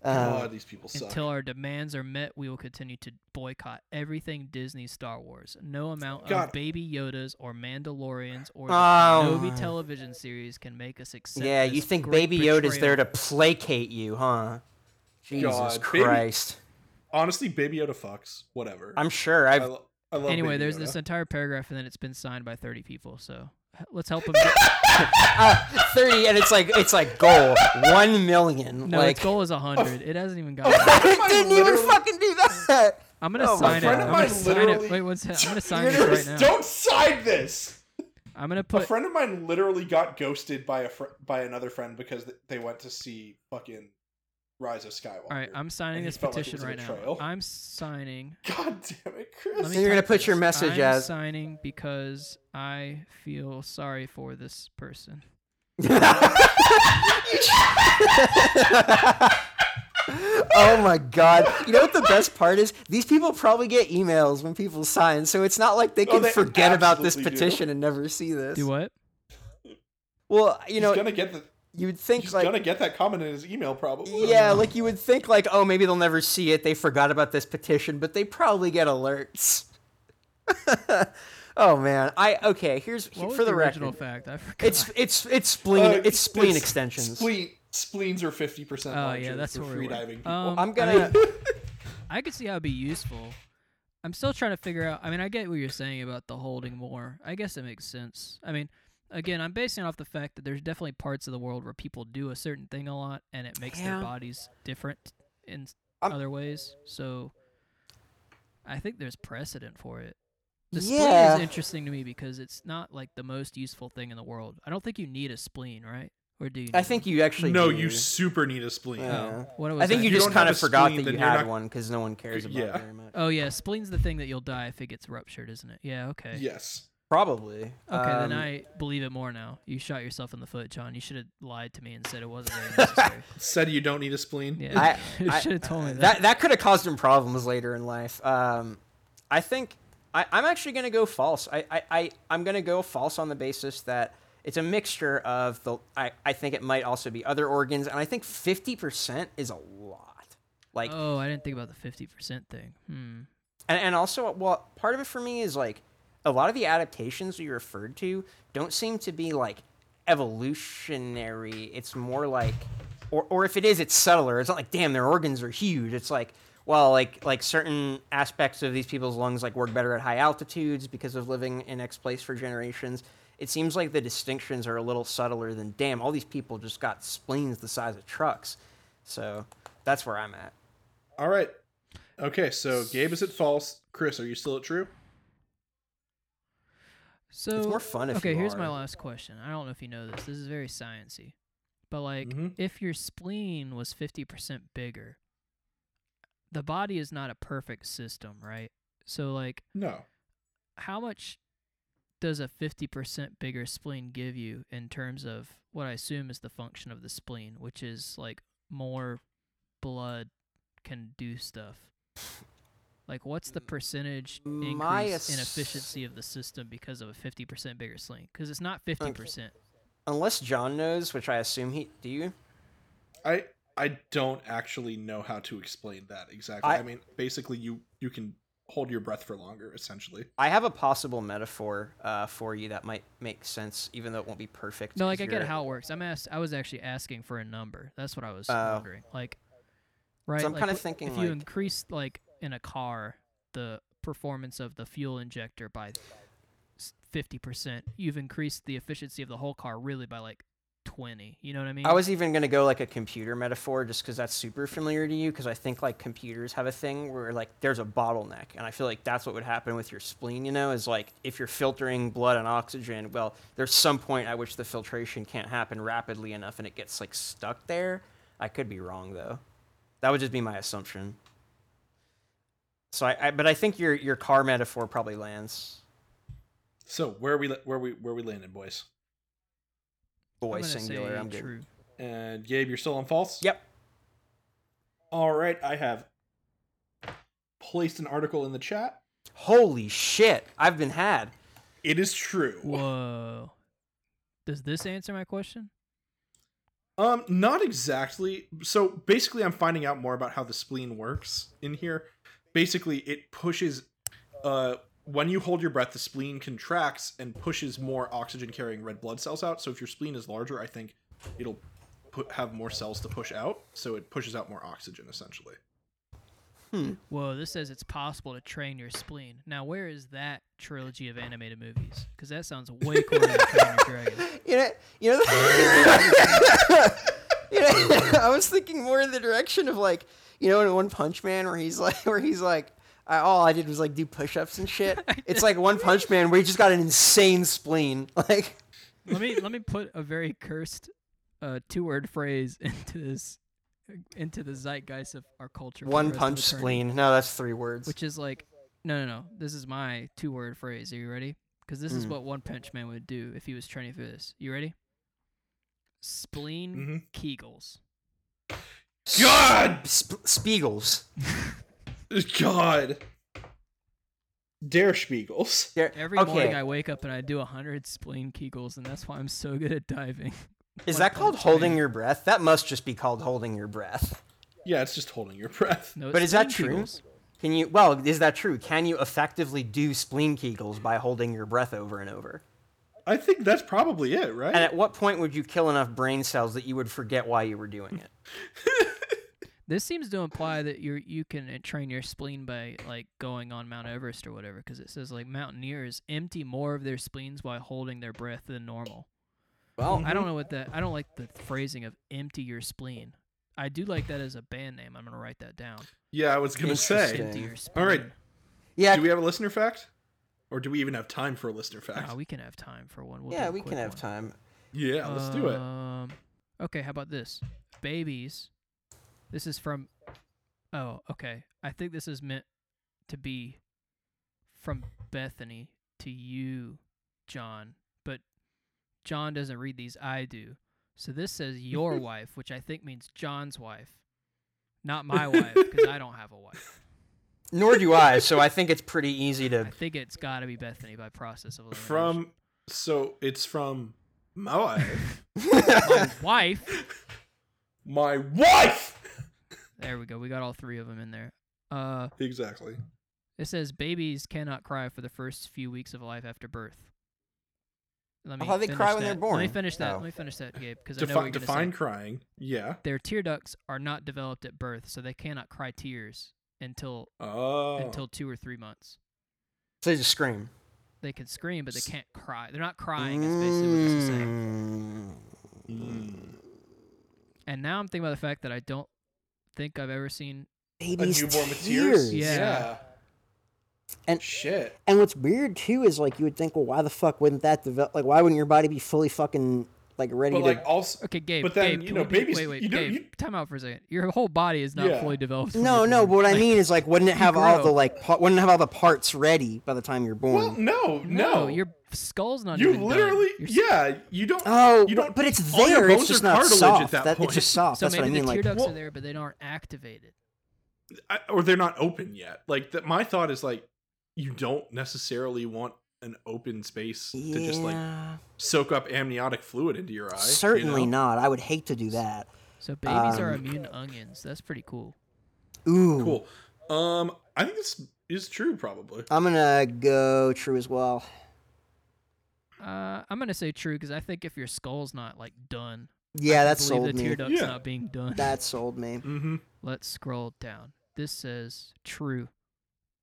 Speaker 2: Uh,
Speaker 1: God, these people suck.
Speaker 3: Until our demands are met, we will continue to boycott everything Disney Star Wars. No amount
Speaker 1: God.
Speaker 3: of Baby Yodas or Mandalorians or the
Speaker 2: Oh.
Speaker 3: Kenobi television series can make us accept.
Speaker 2: Yeah, you
Speaker 3: this
Speaker 2: think
Speaker 3: great
Speaker 2: Baby Yoda's there
Speaker 3: betrayal.
Speaker 2: to placate you, huh? Jesus
Speaker 1: God, Baby-
Speaker 2: Christ.
Speaker 1: Honestly, Baby Yoda fucks. Whatever.
Speaker 2: I'm sure I've.
Speaker 1: I, lo- I love.
Speaker 3: Anyway,
Speaker 1: Baby
Speaker 3: there's
Speaker 1: Yoda.
Speaker 3: this entire paragraph, and then it's been signed by 30 people. So h- let's help them. Get-
Speaker 2: 30 uh, and it's like it's like goal 1 million
Speaker 3: no,
Speaker 2: like
Speaker 3: its goal is 100. It hasn't even gotten.
Speaker 2: it didn't even
Speaker 1: Literally-
Speaker 2: fucking do that
Speaker 3: I'm gonna
Speaker 2: Oh, my
Speaker 3: sign it.
Speaker 2: friend of
Speaker 3: I'm gonna
Speaker 1: mine
Speaker 3: sign
Speaker 1: literally-
Speaker 3: it. Wait, what's that? I'm gonna sign
Speaker 1: You're
Speaker 3: this
Speaker 1: just-
Speaker 3: right now.
Speaker 1: Don't sign this.
Speaker 3: I'm gonna
Speaker 1: A
Speaker 3: put.
Speaker 1: friend of mine literally got ghosted by a fr- by another friend because th- they went to see fucking Rise of Skywalker.
Speaker 3: All right, I'm signing
Speaker 1: and he
Speaker 3: this
Speaker 1: felt like it
Speaker 3: petition
Speaker 1: was a
Speaker 3: right now.
Speaker 1: betrayal.
Speaker 3: I'm signing.
Speaker 1: God damn it,
Speaker 3: Let
Speaker 1: Chris.
Speaker 3: me
Speaker 2: So you're gonna
Speaker 3: type
Speaker 2: put your
Speaker 3: this.
Speaker 2: message
Speaker 3: I'm
Speaker 2: as-
Speaker 3: signing because I feel sorry for this person.
Speaker 2: oh my god you know what the best part is these people probably get emails when people sign so it's not like they
Speaker 1: Oh,
Speaker 2: can
Speaker 1: they
Speaker 2: forget about this
Speaker 1: absolutely do.
Speaker 2: petition and never see this
Speaker 3: Do what?
Speaker 2: well you know
Speaker 1: he's gonna get the,
Speaker 2: you would think
Speaker 1: he's
Speaker 2: like
Speaker 1: gonna get that comment in his email probably.
Speaker 2: yeah like you would think like oh maybe they'll never see it they forgot about this petition but they probably get alerts oh man i okay here's
Speaker 3: What was
Speaker 2: for the,
Speaker 3: original
Speaker 2: record
Speaker 3: fact? I forgot.
Speaker 2: it's it's it's spleen
Speaker 1: Uh,
Speaker 2: it's spleen extensions
Speaker 1: Spleen spleens are fifty percent.
Speaker 3: oh yeah, that's
Speaker 1: for
Speaker 3: where
Speaker 1: free
Speaker 3: we were.
Speaker 1: diving. people.
Speaker 3: Um,
Speaker 2: i'm
Speaker 3: I
Speaker 2: gonna
Speaker 3: mean, I could see how it'd be useful. I'm still trying to figure out. I mean, I get what you're saying about the holding more. I guess it makes sense. I mean, again, I'm basing it off the fact that there's definitely parts of the world where people do a certain thing a lot, and it makes
Speaker 2: Yeah.
Speaker 3: their bodies different in s-
Speaker 2: I'm-
Speaker 3: other ways. So, I think there's precedent for it. The spleen
Speaker 2: Yeah.
Speaker 3: is interesting to me because it's not like the most useful thing in the world. I don't think you need a spleen, right? Or do you?
Speaker 2: i
Speaker 3: need
Speaker 2: think you actually
Speaker 1: no,
Speaker 2: do.
Speaker 1: you super need a spleen.
Speaker 3: one?
Speaker 2: Yeah.
Speaker 3: Oh, what was
Speaker 2: i think
Speaker 3: I
Speaker 2: you
Speaker 1: you
Speaker 2: just
Speaker 1: don't have
Speaker 2: kind
Speaker 1: a
Speaker 2: of forgot
Speaker 1: spleen,
Speaker 2: that
Speaker 1: then
Speaker 2: you
Speaker 1: you're
Speaker 2: had
Speaker 1: not-
Speaker 2: one because no one cares about
Speaker 1: Yeah.
Speaker 2: it very much
Speaker 3: Oh yeah, spleen's the thing that you'll die if it gets ruptured, isn't it? Yeah. Okay.
Speaker 1: Yes.
Speaker 2: probably
Speaker 3: Okay,
Speaker 2: Um,
Speaker 3: then I believe it more now. You shot yourself in the foot, John. You should have lied to me and said it wasn't very necessary.
Speaker 1: Said you don't need a spleen.
Speaker 3: Yeah,
Speaker 2: I-
Speaker 3: you
Speaker 2: I- uh,
Speaker 3: should have told me that.
Speaker 2: that that could have caused him problems later in life. Um, I think I, I'm actually going to go false. I, I, I I'm going to go false on the basis that it's a mixture of the. I, I think it might also be other organs, and I think 50% is a lot. Like,
Speaker 3: Oh, I didn't think about the fifty percent thing. Hmm.
Speaker 2: and, and also, well, part of it for me is like a lot of the adaptations we referred to don't seem to be like evolutionary. It's more like, or, or if it is, it's subtler. It's not like, damn, their organs are huge. It's like, well, like like certain aspects of these people's lungs like work better at high altitudes because of living in X place for generations. It seems like the distinctions are a little subtler than, damn, all these people just got spleens the size of trucks. So that's where I'm at.
Speaker 1: All right. Okay, so Gabe is at false. Chris, are you still at true?
Speaker 3: So
Speaker 2: more fun if
Speaker 3: okay,
Speaker 2: you
Speaker 3: here's my
Speaker 2: are.
Speaker 3: last question. I don't know if you know this. This is very sciency, but like,
Speaker 2: Mm-hmm.
Speaker 1: Mhm.
Speaker 3: if your spleen was fifty percent bigger, the body is not a perfect system, right? So like,
Speaker 1: No.
Speaker 3: how much does a fifty percent bigger spleen give you in terms of what I assume is the function of the spleen, which is like more blood can do stuff. Like, what's the percentage increase
Speaker 2: My
Speaker 3: in
Speaker 2: ass-
Speaker 3: efficiency of the system because of a fifty percent bigger spleen? Because it's not fifty percent.
Speaker 2: Unless John knows, which I assume he do you?
Speaker 1: I I don't actually know how to explain that exactly. I,
Speaker 2: I-
Speaker 1: mean, basically, you you can hold your breath for longer, essentially.
Speaker 2: I have a possible metaphor uh, for you that might make sense, even though it won't be perfect.
Speaker 3: No, like
Speaker 2: 'cause
Speaker 3: I get
Speaker 2: you're-
Speaker 3: how it works. I'm asked. I was actually asking for a number. That's what I was
Speaker 2: Oh.
Speaker 3: wondering. Like, right?
Speaker 2: I'm
Speaker 3: like,
Speaker 2: kinda
Speaker 3: wh-
Speaker 2: thinking,
Speaker 3: if you
Speaker 2: like-
Speaker 3: increase like in a car the performance of the fuel injector by fifty percent, you've increased the efficiency of the whole car really by like twenty. You know what I mean?
Speaker 2: I was even gonna go like a computer metaphor, just because that's super familiar to you. Because I think like computers have a thing where like there's a bottleneck, and I feel like that's what would happen with your spleen. You know, is like if you're filtering blood and oxygen, well, there's some point at which the filtration can't happen rapidly enough, and it gets like stuck there. I could be wrong though. That would just be my assumption. So I, I but I think your your car metaphor probably lands.
Speaker 1: So where are we la- where are we where are we landing, boys?
Speaker 3: I'm
Speaker 2: Boy,
Speaker 3: gonna
Speaker 2: singular.
Speaker 3: say
Speaker 2: I'm good.
Speaker 3: true.
Speaker 1: And Gabe, you're still on false.
Speaker 2: Yep.
Speaker 1: All right, I have placed an article in the chat.
Speaker 2: Holy shit! I've been had.
Speaker 1: It is true.
Speaker 3: Whoa. Does this answer my question?
Speaker 1: Um, not exactly. So basically, I'm finding out more about how the spleen works in here. Basically, it pushes. Uh, when you hold your breath, the spleen contracts and pushes more oxygen-carrying red blood cells out. So if your spleen is larger, I think it'll put have more cells to push out. So it pushes out more oxygen, essentially.
Speaker 3: Whoa, this says it's possible to train your spleen. Now, where is that trilogy of animated movies? Because that sounds way cooler than Train Your Dragon.
Speaker 2: You know, you know, you know I was thinking more in the direction of like, you know, in One Punch Man where he's like, where he's like, I, all I did was like do push-ups and shit. It's like One Punch Man where he just got an insane spleen. Like,
Speaker 3: let me let me put a very cursed uh, two-word phrase into this into the zeitgeist of our culture. for the
Speaker 2: one
Speaker 3: rest of
Speaker 2: punch
Speaker 3: eternity,
Speaker 2: spleen. No, that's three words.
Speaker 3: which is like no, no, no. This is my two-word phrase. Are you ready? Because this is
Speaker 2: Hmm.
Speaker 3: what One Punch Man would do if he was training for this. You ready? Spleen Kegels.
Speaker 1: God,
Speaker 2: Sp- Spiegels.
Speaker 1: God, Der Spiegels.
Speaker 2: There-
Speaker 3: Every
Speaker 2: okay.
Speaker 3: morning I wake up and I do a hundred spleen Kegels, and that's why I'm so good at diving.
Speaker 2: is
Speaker 3: One
Speaker 2: that called
Speaker 3: Punch
Speaker 2: holding
Speaker 3: Man.
Speaker 2: your breath? That must just be called holding your breath.
Speaker 1: Yeah, it's just holding your breath.
Speaker 3: No, it's
Speaker 2: But is that
Speaker 3: spleen
Speaker 2: true?
Speaker 3: Kegels.
Speaker 2: Can you? Well, is that true? Can you effectively do spleen kegels by holding your breath over and over?
Speaker 1: I think that's probably it, right?
Speaker 2: And at what point would you kill enough brain cells that you would forget why you were doing it?
Speaker 3: This seems to imply that you you can uh, train your spleen by like going on Mount Everest or whatever, because it says like mountaineers empty more of their spleens while holding their breath than normal.
Speaker 2: Well,
Speaker 1: Mm-hmm.
Speaker 3: I don't know what that. I don't like the phrasing of empty your spleen. I do like that as a band name. I'm gonna write that down.
Speaker 1: yeah, I was gonna say.
Speaker 2: Interesting.
Speaker 3: Empty
Speaker 2: Dang.
Speaker 3: your spleen.
Speaker 1: All right,
Speaker 2: yeah,
Speaker 1: Do we have a listener fact? Or do we even have time for a listener fact?
Speaker 3: Nah, we can have time for one. We'll do
Speaker 2: yeah,
Speaker 3: a
Speaker 2: we
Speaker 3: quick
Speaker 2: can have
Speaker 3: one.
Speaker 2: time.
Speaker 1: yeah, let's do it.
Speaker 3: Um, okay, how about this? Babies. This is from. Oh, okay. I think this is meant to be from Bethany to you, John. But John doesn't read these. I do. So this says your wife, which I think means John's wife, not my wife, because I don't have a wife.
Speaker 2: Nor do I, so I think it's pretty easy
Speaker 3: I
Speaker 2: to.
Speaker 3: think it's got to be Bethany by process of elimination.
Speaker 1: From so it's from my wife.
Speaker 3: my wife.
Speaker 1: my wife.
Speaker 3: There we go. We got all three of them in there. Uh,
Speaker 1: Exactly.
Speaker 3: It says babies cannot cry for the first few weeks of life after birth. Let
Speaker 2: I thought they
Speaker 3: finish
Speaker 2: cry when they're
Speaker 3: that.
Speaker 2: born.
Speaker 3: Let me finish that.
Speaker 2: Oh.
Speaker 3: Let me finish that, Gabe, because I know what
Speaker 1: Defi-
Speaker 3: you're gonna
Speaker 1: define
Speaker 3: say.
Speaker 1: crying. Yeah.
Speaker 3: Their tear ducts are not developed at birth, so they cannot cry tears until
Speaker 1: Oh.
Speaker 3: until two or three months.
Speaker 2: So they just scream.
Speaker 3: They can scream, but they can't cry. They're not crying. Is basically what this is saying.
Speaker 1: mm.
Speaker 2: Mm.
Speaker 3: And now I'm thinking about the fact that I don't think I've ever seen.
Speaker 1: a newborn with tears.
Speaker 3: Yeah.
Speaker 1: Shit.
Speaker 2: And what's weird too is like you would think, well, why the fuck wouldn't that develop? Like, why wouldn't your body be fully fucking like ready
Speaker 1: But
Speaker 2: to?
Speaker 1: like also,
Speaker 3: Okay, Gabe.
Speaker 1: But then
Speaker 3: Gabe,
Speaker 1: you
Speaker 3: can
Speaker 1: know,
Speaker 3: we do-
Speaker 1: babies.
Speaker 3: Wait, wait,
Speaker 1: you don't.
Speaker 3: Gabe.
Speaker 1: You,
Speaker 3: time out for a second. Your whole body is not
Speaker 1: Yeah.
Speaker 3: fully developed. when
Speaker 2: no,
Speaker 3: you're
Speaker 2: no.
Speaker 3: born.
Speaker 2: But what I
Speaker 3: Like,
Speaker 2: mean is like, wouldn't it have
Speaker 3: you
Speaker 2: all
Speaker 3: grow.
Speaker 2: the like, pa- wouldn't it have all the parts ready by the time you're born?
Speaker 1: well, no, no.
Speaker 3: no, your skull's not.
Speaker 1: you
Speaker 3: even done.
Speaker 1: literally.
Speaker 3: Your s-
Speaker 1: Yeah, you don't.
Speaker 2: oh,
Speaker 1: you
Speaker 2: but,
Speaker 1: don't.
Speaker 2: but it's
Speaker 1: all your
Speaker 2: there. It's
Speaker 1: bones
Speaker 2: just
Speaker 1: are
Speaker 2: not
Speaker 1: cartilage
Speaker 2: soft.
Speaker 1: At that point.
Speaker 2: it's just soft.
Speaker 3: So
Speaker 2: Oh, That's
Speaker 3: maybe
Speaker 2: what I mean.
Speaker 3: the tear
Speaker 2: Like,
Speaker 3: ducts
Speaker 1: Well-
Speaker 3: are there, but they aren't activated.
Speaker 1: I, or they're not open yet. Like that, my thought is like, you don't necessarily want an open space to just like
Speaker 2: yeah,
Speaker 1: soak up amniotic fluid into your eye. you
Speaker 2: certainly
Speaker 1: know?
Speaker 2: not. I would hate to do that.
Speaker 3: So babies are
Speaker 2: Um,
Speaker 3: immune to onions. That's pretty cool.
Speaker 2: Ooh,
Speaker 1: Cool. Um, I think this is true. Probably.
Speaker 2: I'm gonna go true as well.
Speaker 3: Uh, I'm gonna say true because I think if your skull's not like done,
Speaker 2: Yeah, that
Speaker 3: believe the
Speaker 2: sold
Speaker 3: tear
Speaker 2: me.
Speaker 3: duct's
Speaker 1: Yeah.
Speaker 3: not being done.
Speaker 2: That sold me.
Speaker 1: Mm-hmm.
Speaker 3: Let's scroll down. This says true.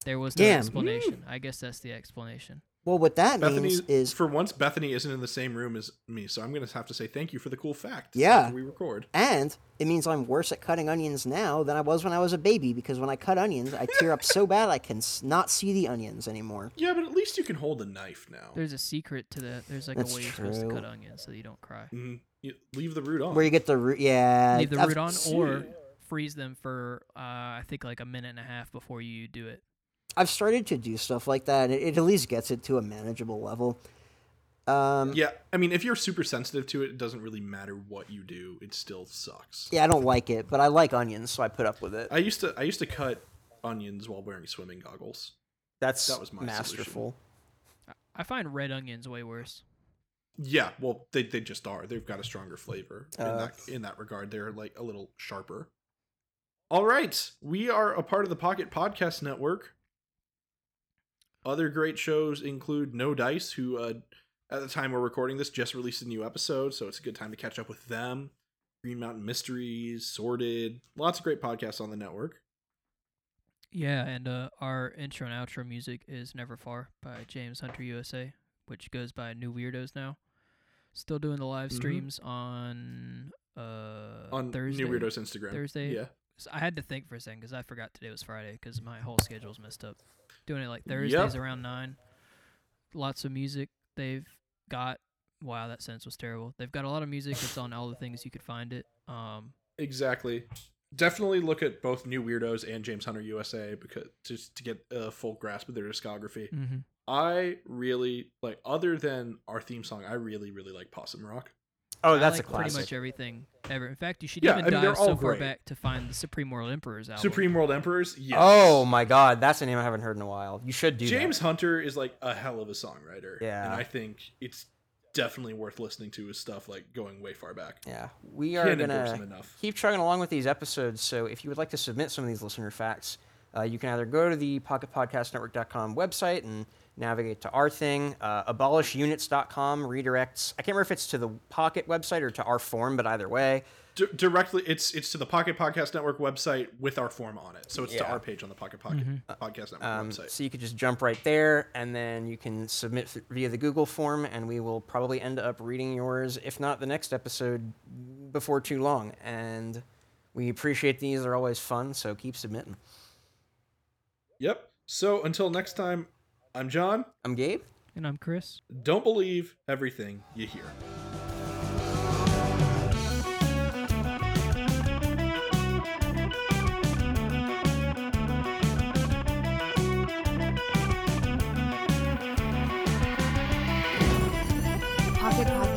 Speaker 3: There was no
Speaker 2: Damn.
Speaker 3: explanation.
Speaker 1: Mm.
Speaker 3: I guess that's the explanation.
Speaker 2: Well, what that
Speaker 1: Bethany
Speaker 2: means is
Speaker 1: for once Bethany isn't in the same room as me, so I'm gonna have to say thank you for the cool fact.
Speaker 2: Yeah.
Speaker 1: after we record.
Speaker 2: And it means I'm worse at cutting onions now than I was when I was a baby because when I cut onions, I tear up so bad I can s- not see the onions anymore.
Speaker 1: Yeah, but at least you can hold a knife now.
Speaker 3: There's a secret to that. There's like
Speaker 2: That's
Speaker 3: a way you're supposed to
Speaker 2: true.
Speaker 3: cut onions so that you don't cry.
Speaker 1: Mhm. You leave the root on.
Speaker 2: Where you get the root, yeah.
Speaker 3: Leave the
Speaker 2: I've-
Speaker 3: root on
Speaker 1: see.
Speaker 3: or freeze them for uh, I think like a minute and a half before you do it.
Speaker 2: I've started to do stuff like that. and It, it at least gets it to a manageable level. Um, yeah.
Speaker 1: yeah, I mean, if you're super sensitive to it, it doesn't really matter what you do; it still sucks.
Speaker 2: I don't like it, but I like onions, so I put up with it.
Speaker 1: I used to I used to cut onions while wearing swimming goggles.
Speaker 2: That's
Speaker 1: that was my
Speaker 2: masterful.
Speaker 3: I find red onions way worse.
Speaker 1: Yeah, well, they, they just are. They've got a stronger flavor in
Speaker 2: Uh.
Speaker 1: that in that regard. They're like a little sharper. All right, we are a part of the Pocket Podcast Network. Other great shows include No Dice, who uh, at the time we're recording this just released a new episode, so it's a good time to catch up with them. Green Mountain Mysteries, Sorted, lots of great podcasts on the network.
Speaker 3: Yeah, and uh, our intro and outro music is Never Far by James Hunter USA, which goes by New Weirdos now. Still doing the live
Speaker 1: Mhm.
Speaker 3: streams on uh
Speaker 1: On
Speaker 3: Thursday.
Speaker 1: New Weirdos Instagram,
Speaker 3: Thursday?
Speaker 1: yeah,
Speaker 3: So I had to think for a second because I forgot today was Friday because my whole schedule's messed up. Doing it like Thursdays around nine. Lots of music. They've got wow, that sentence was terrible. They've got a lot of music. It's on all the things you could find it. Um,
Speaker 1: Exactly. Definitely look at both New Weirdos and James Hunter USA because just to get a full grasp of their discography. I really like other than our theme song, I really, really like Possum Rock.
Speaker 2: Oh,
Speaker 3: I
Speaker 2: that's
Speaker 3: like
Speaker 2: a classic.
Speaker 3: Pretty much everything ever. In fact, you should
Speaker 1: Yeah, I
Speaker 3: even
Speaker 1: mean, they're
Speaker 3: dive so
Speaker 1: all
Speaker 3: far
Speaker 1: great.
Speaker 3: back to find the Supreme World Emperor's album.
Speaker 1: Supreme World Emperors, yes.
Speaker 2: Oh my god, that's a name I haven't heard in a while. You should do
Speaker 1: James
Speaker 2: that.
Speaker 1: Hunter is like a hell of a songwriter.
Speaker 2: Yeah.
Speaker 1: And I think it's definitely worth listening to his stuff like going way far back.
Speaker 2: Yeah, we are
Speaker 1: Can't endorse him
Speaker 2: gonna
Speaker 1: enough.
Speaker 2: keep chugging along with these episodes. So if you would like to submit some of these listener facts, uh, you can either go to the pocketpodcastnetwork.com website and navigate to our thing. Uh, abolishunits.com redirects. I can't remember if it's to the Pocket website or to our form, but either way,
Speaker 1: D- directly it's it's to the Pocket Podcast Network website with our form on it. So it's to
Speaker 2: Yeah.
Speaker 1: our page on the Pocket Pocket Podcast Network
Speaker 2: um,
Speaker 1: website.
Speaker 2: so you could just jump right there, and then you can submit f- via the Google form, and we will probably end up reading yours, if not the next episode, before too long. And we appreciate these; they're always fun. So keep submitting.
Speaker 1: Yep. So until next time, I'm John.
Speaker 2: I'm Gabe.
Speaker 3: And I'm Chris.
Speaker 1: Don't believe everything you hear.
Speaker 5: Pocket Podcast.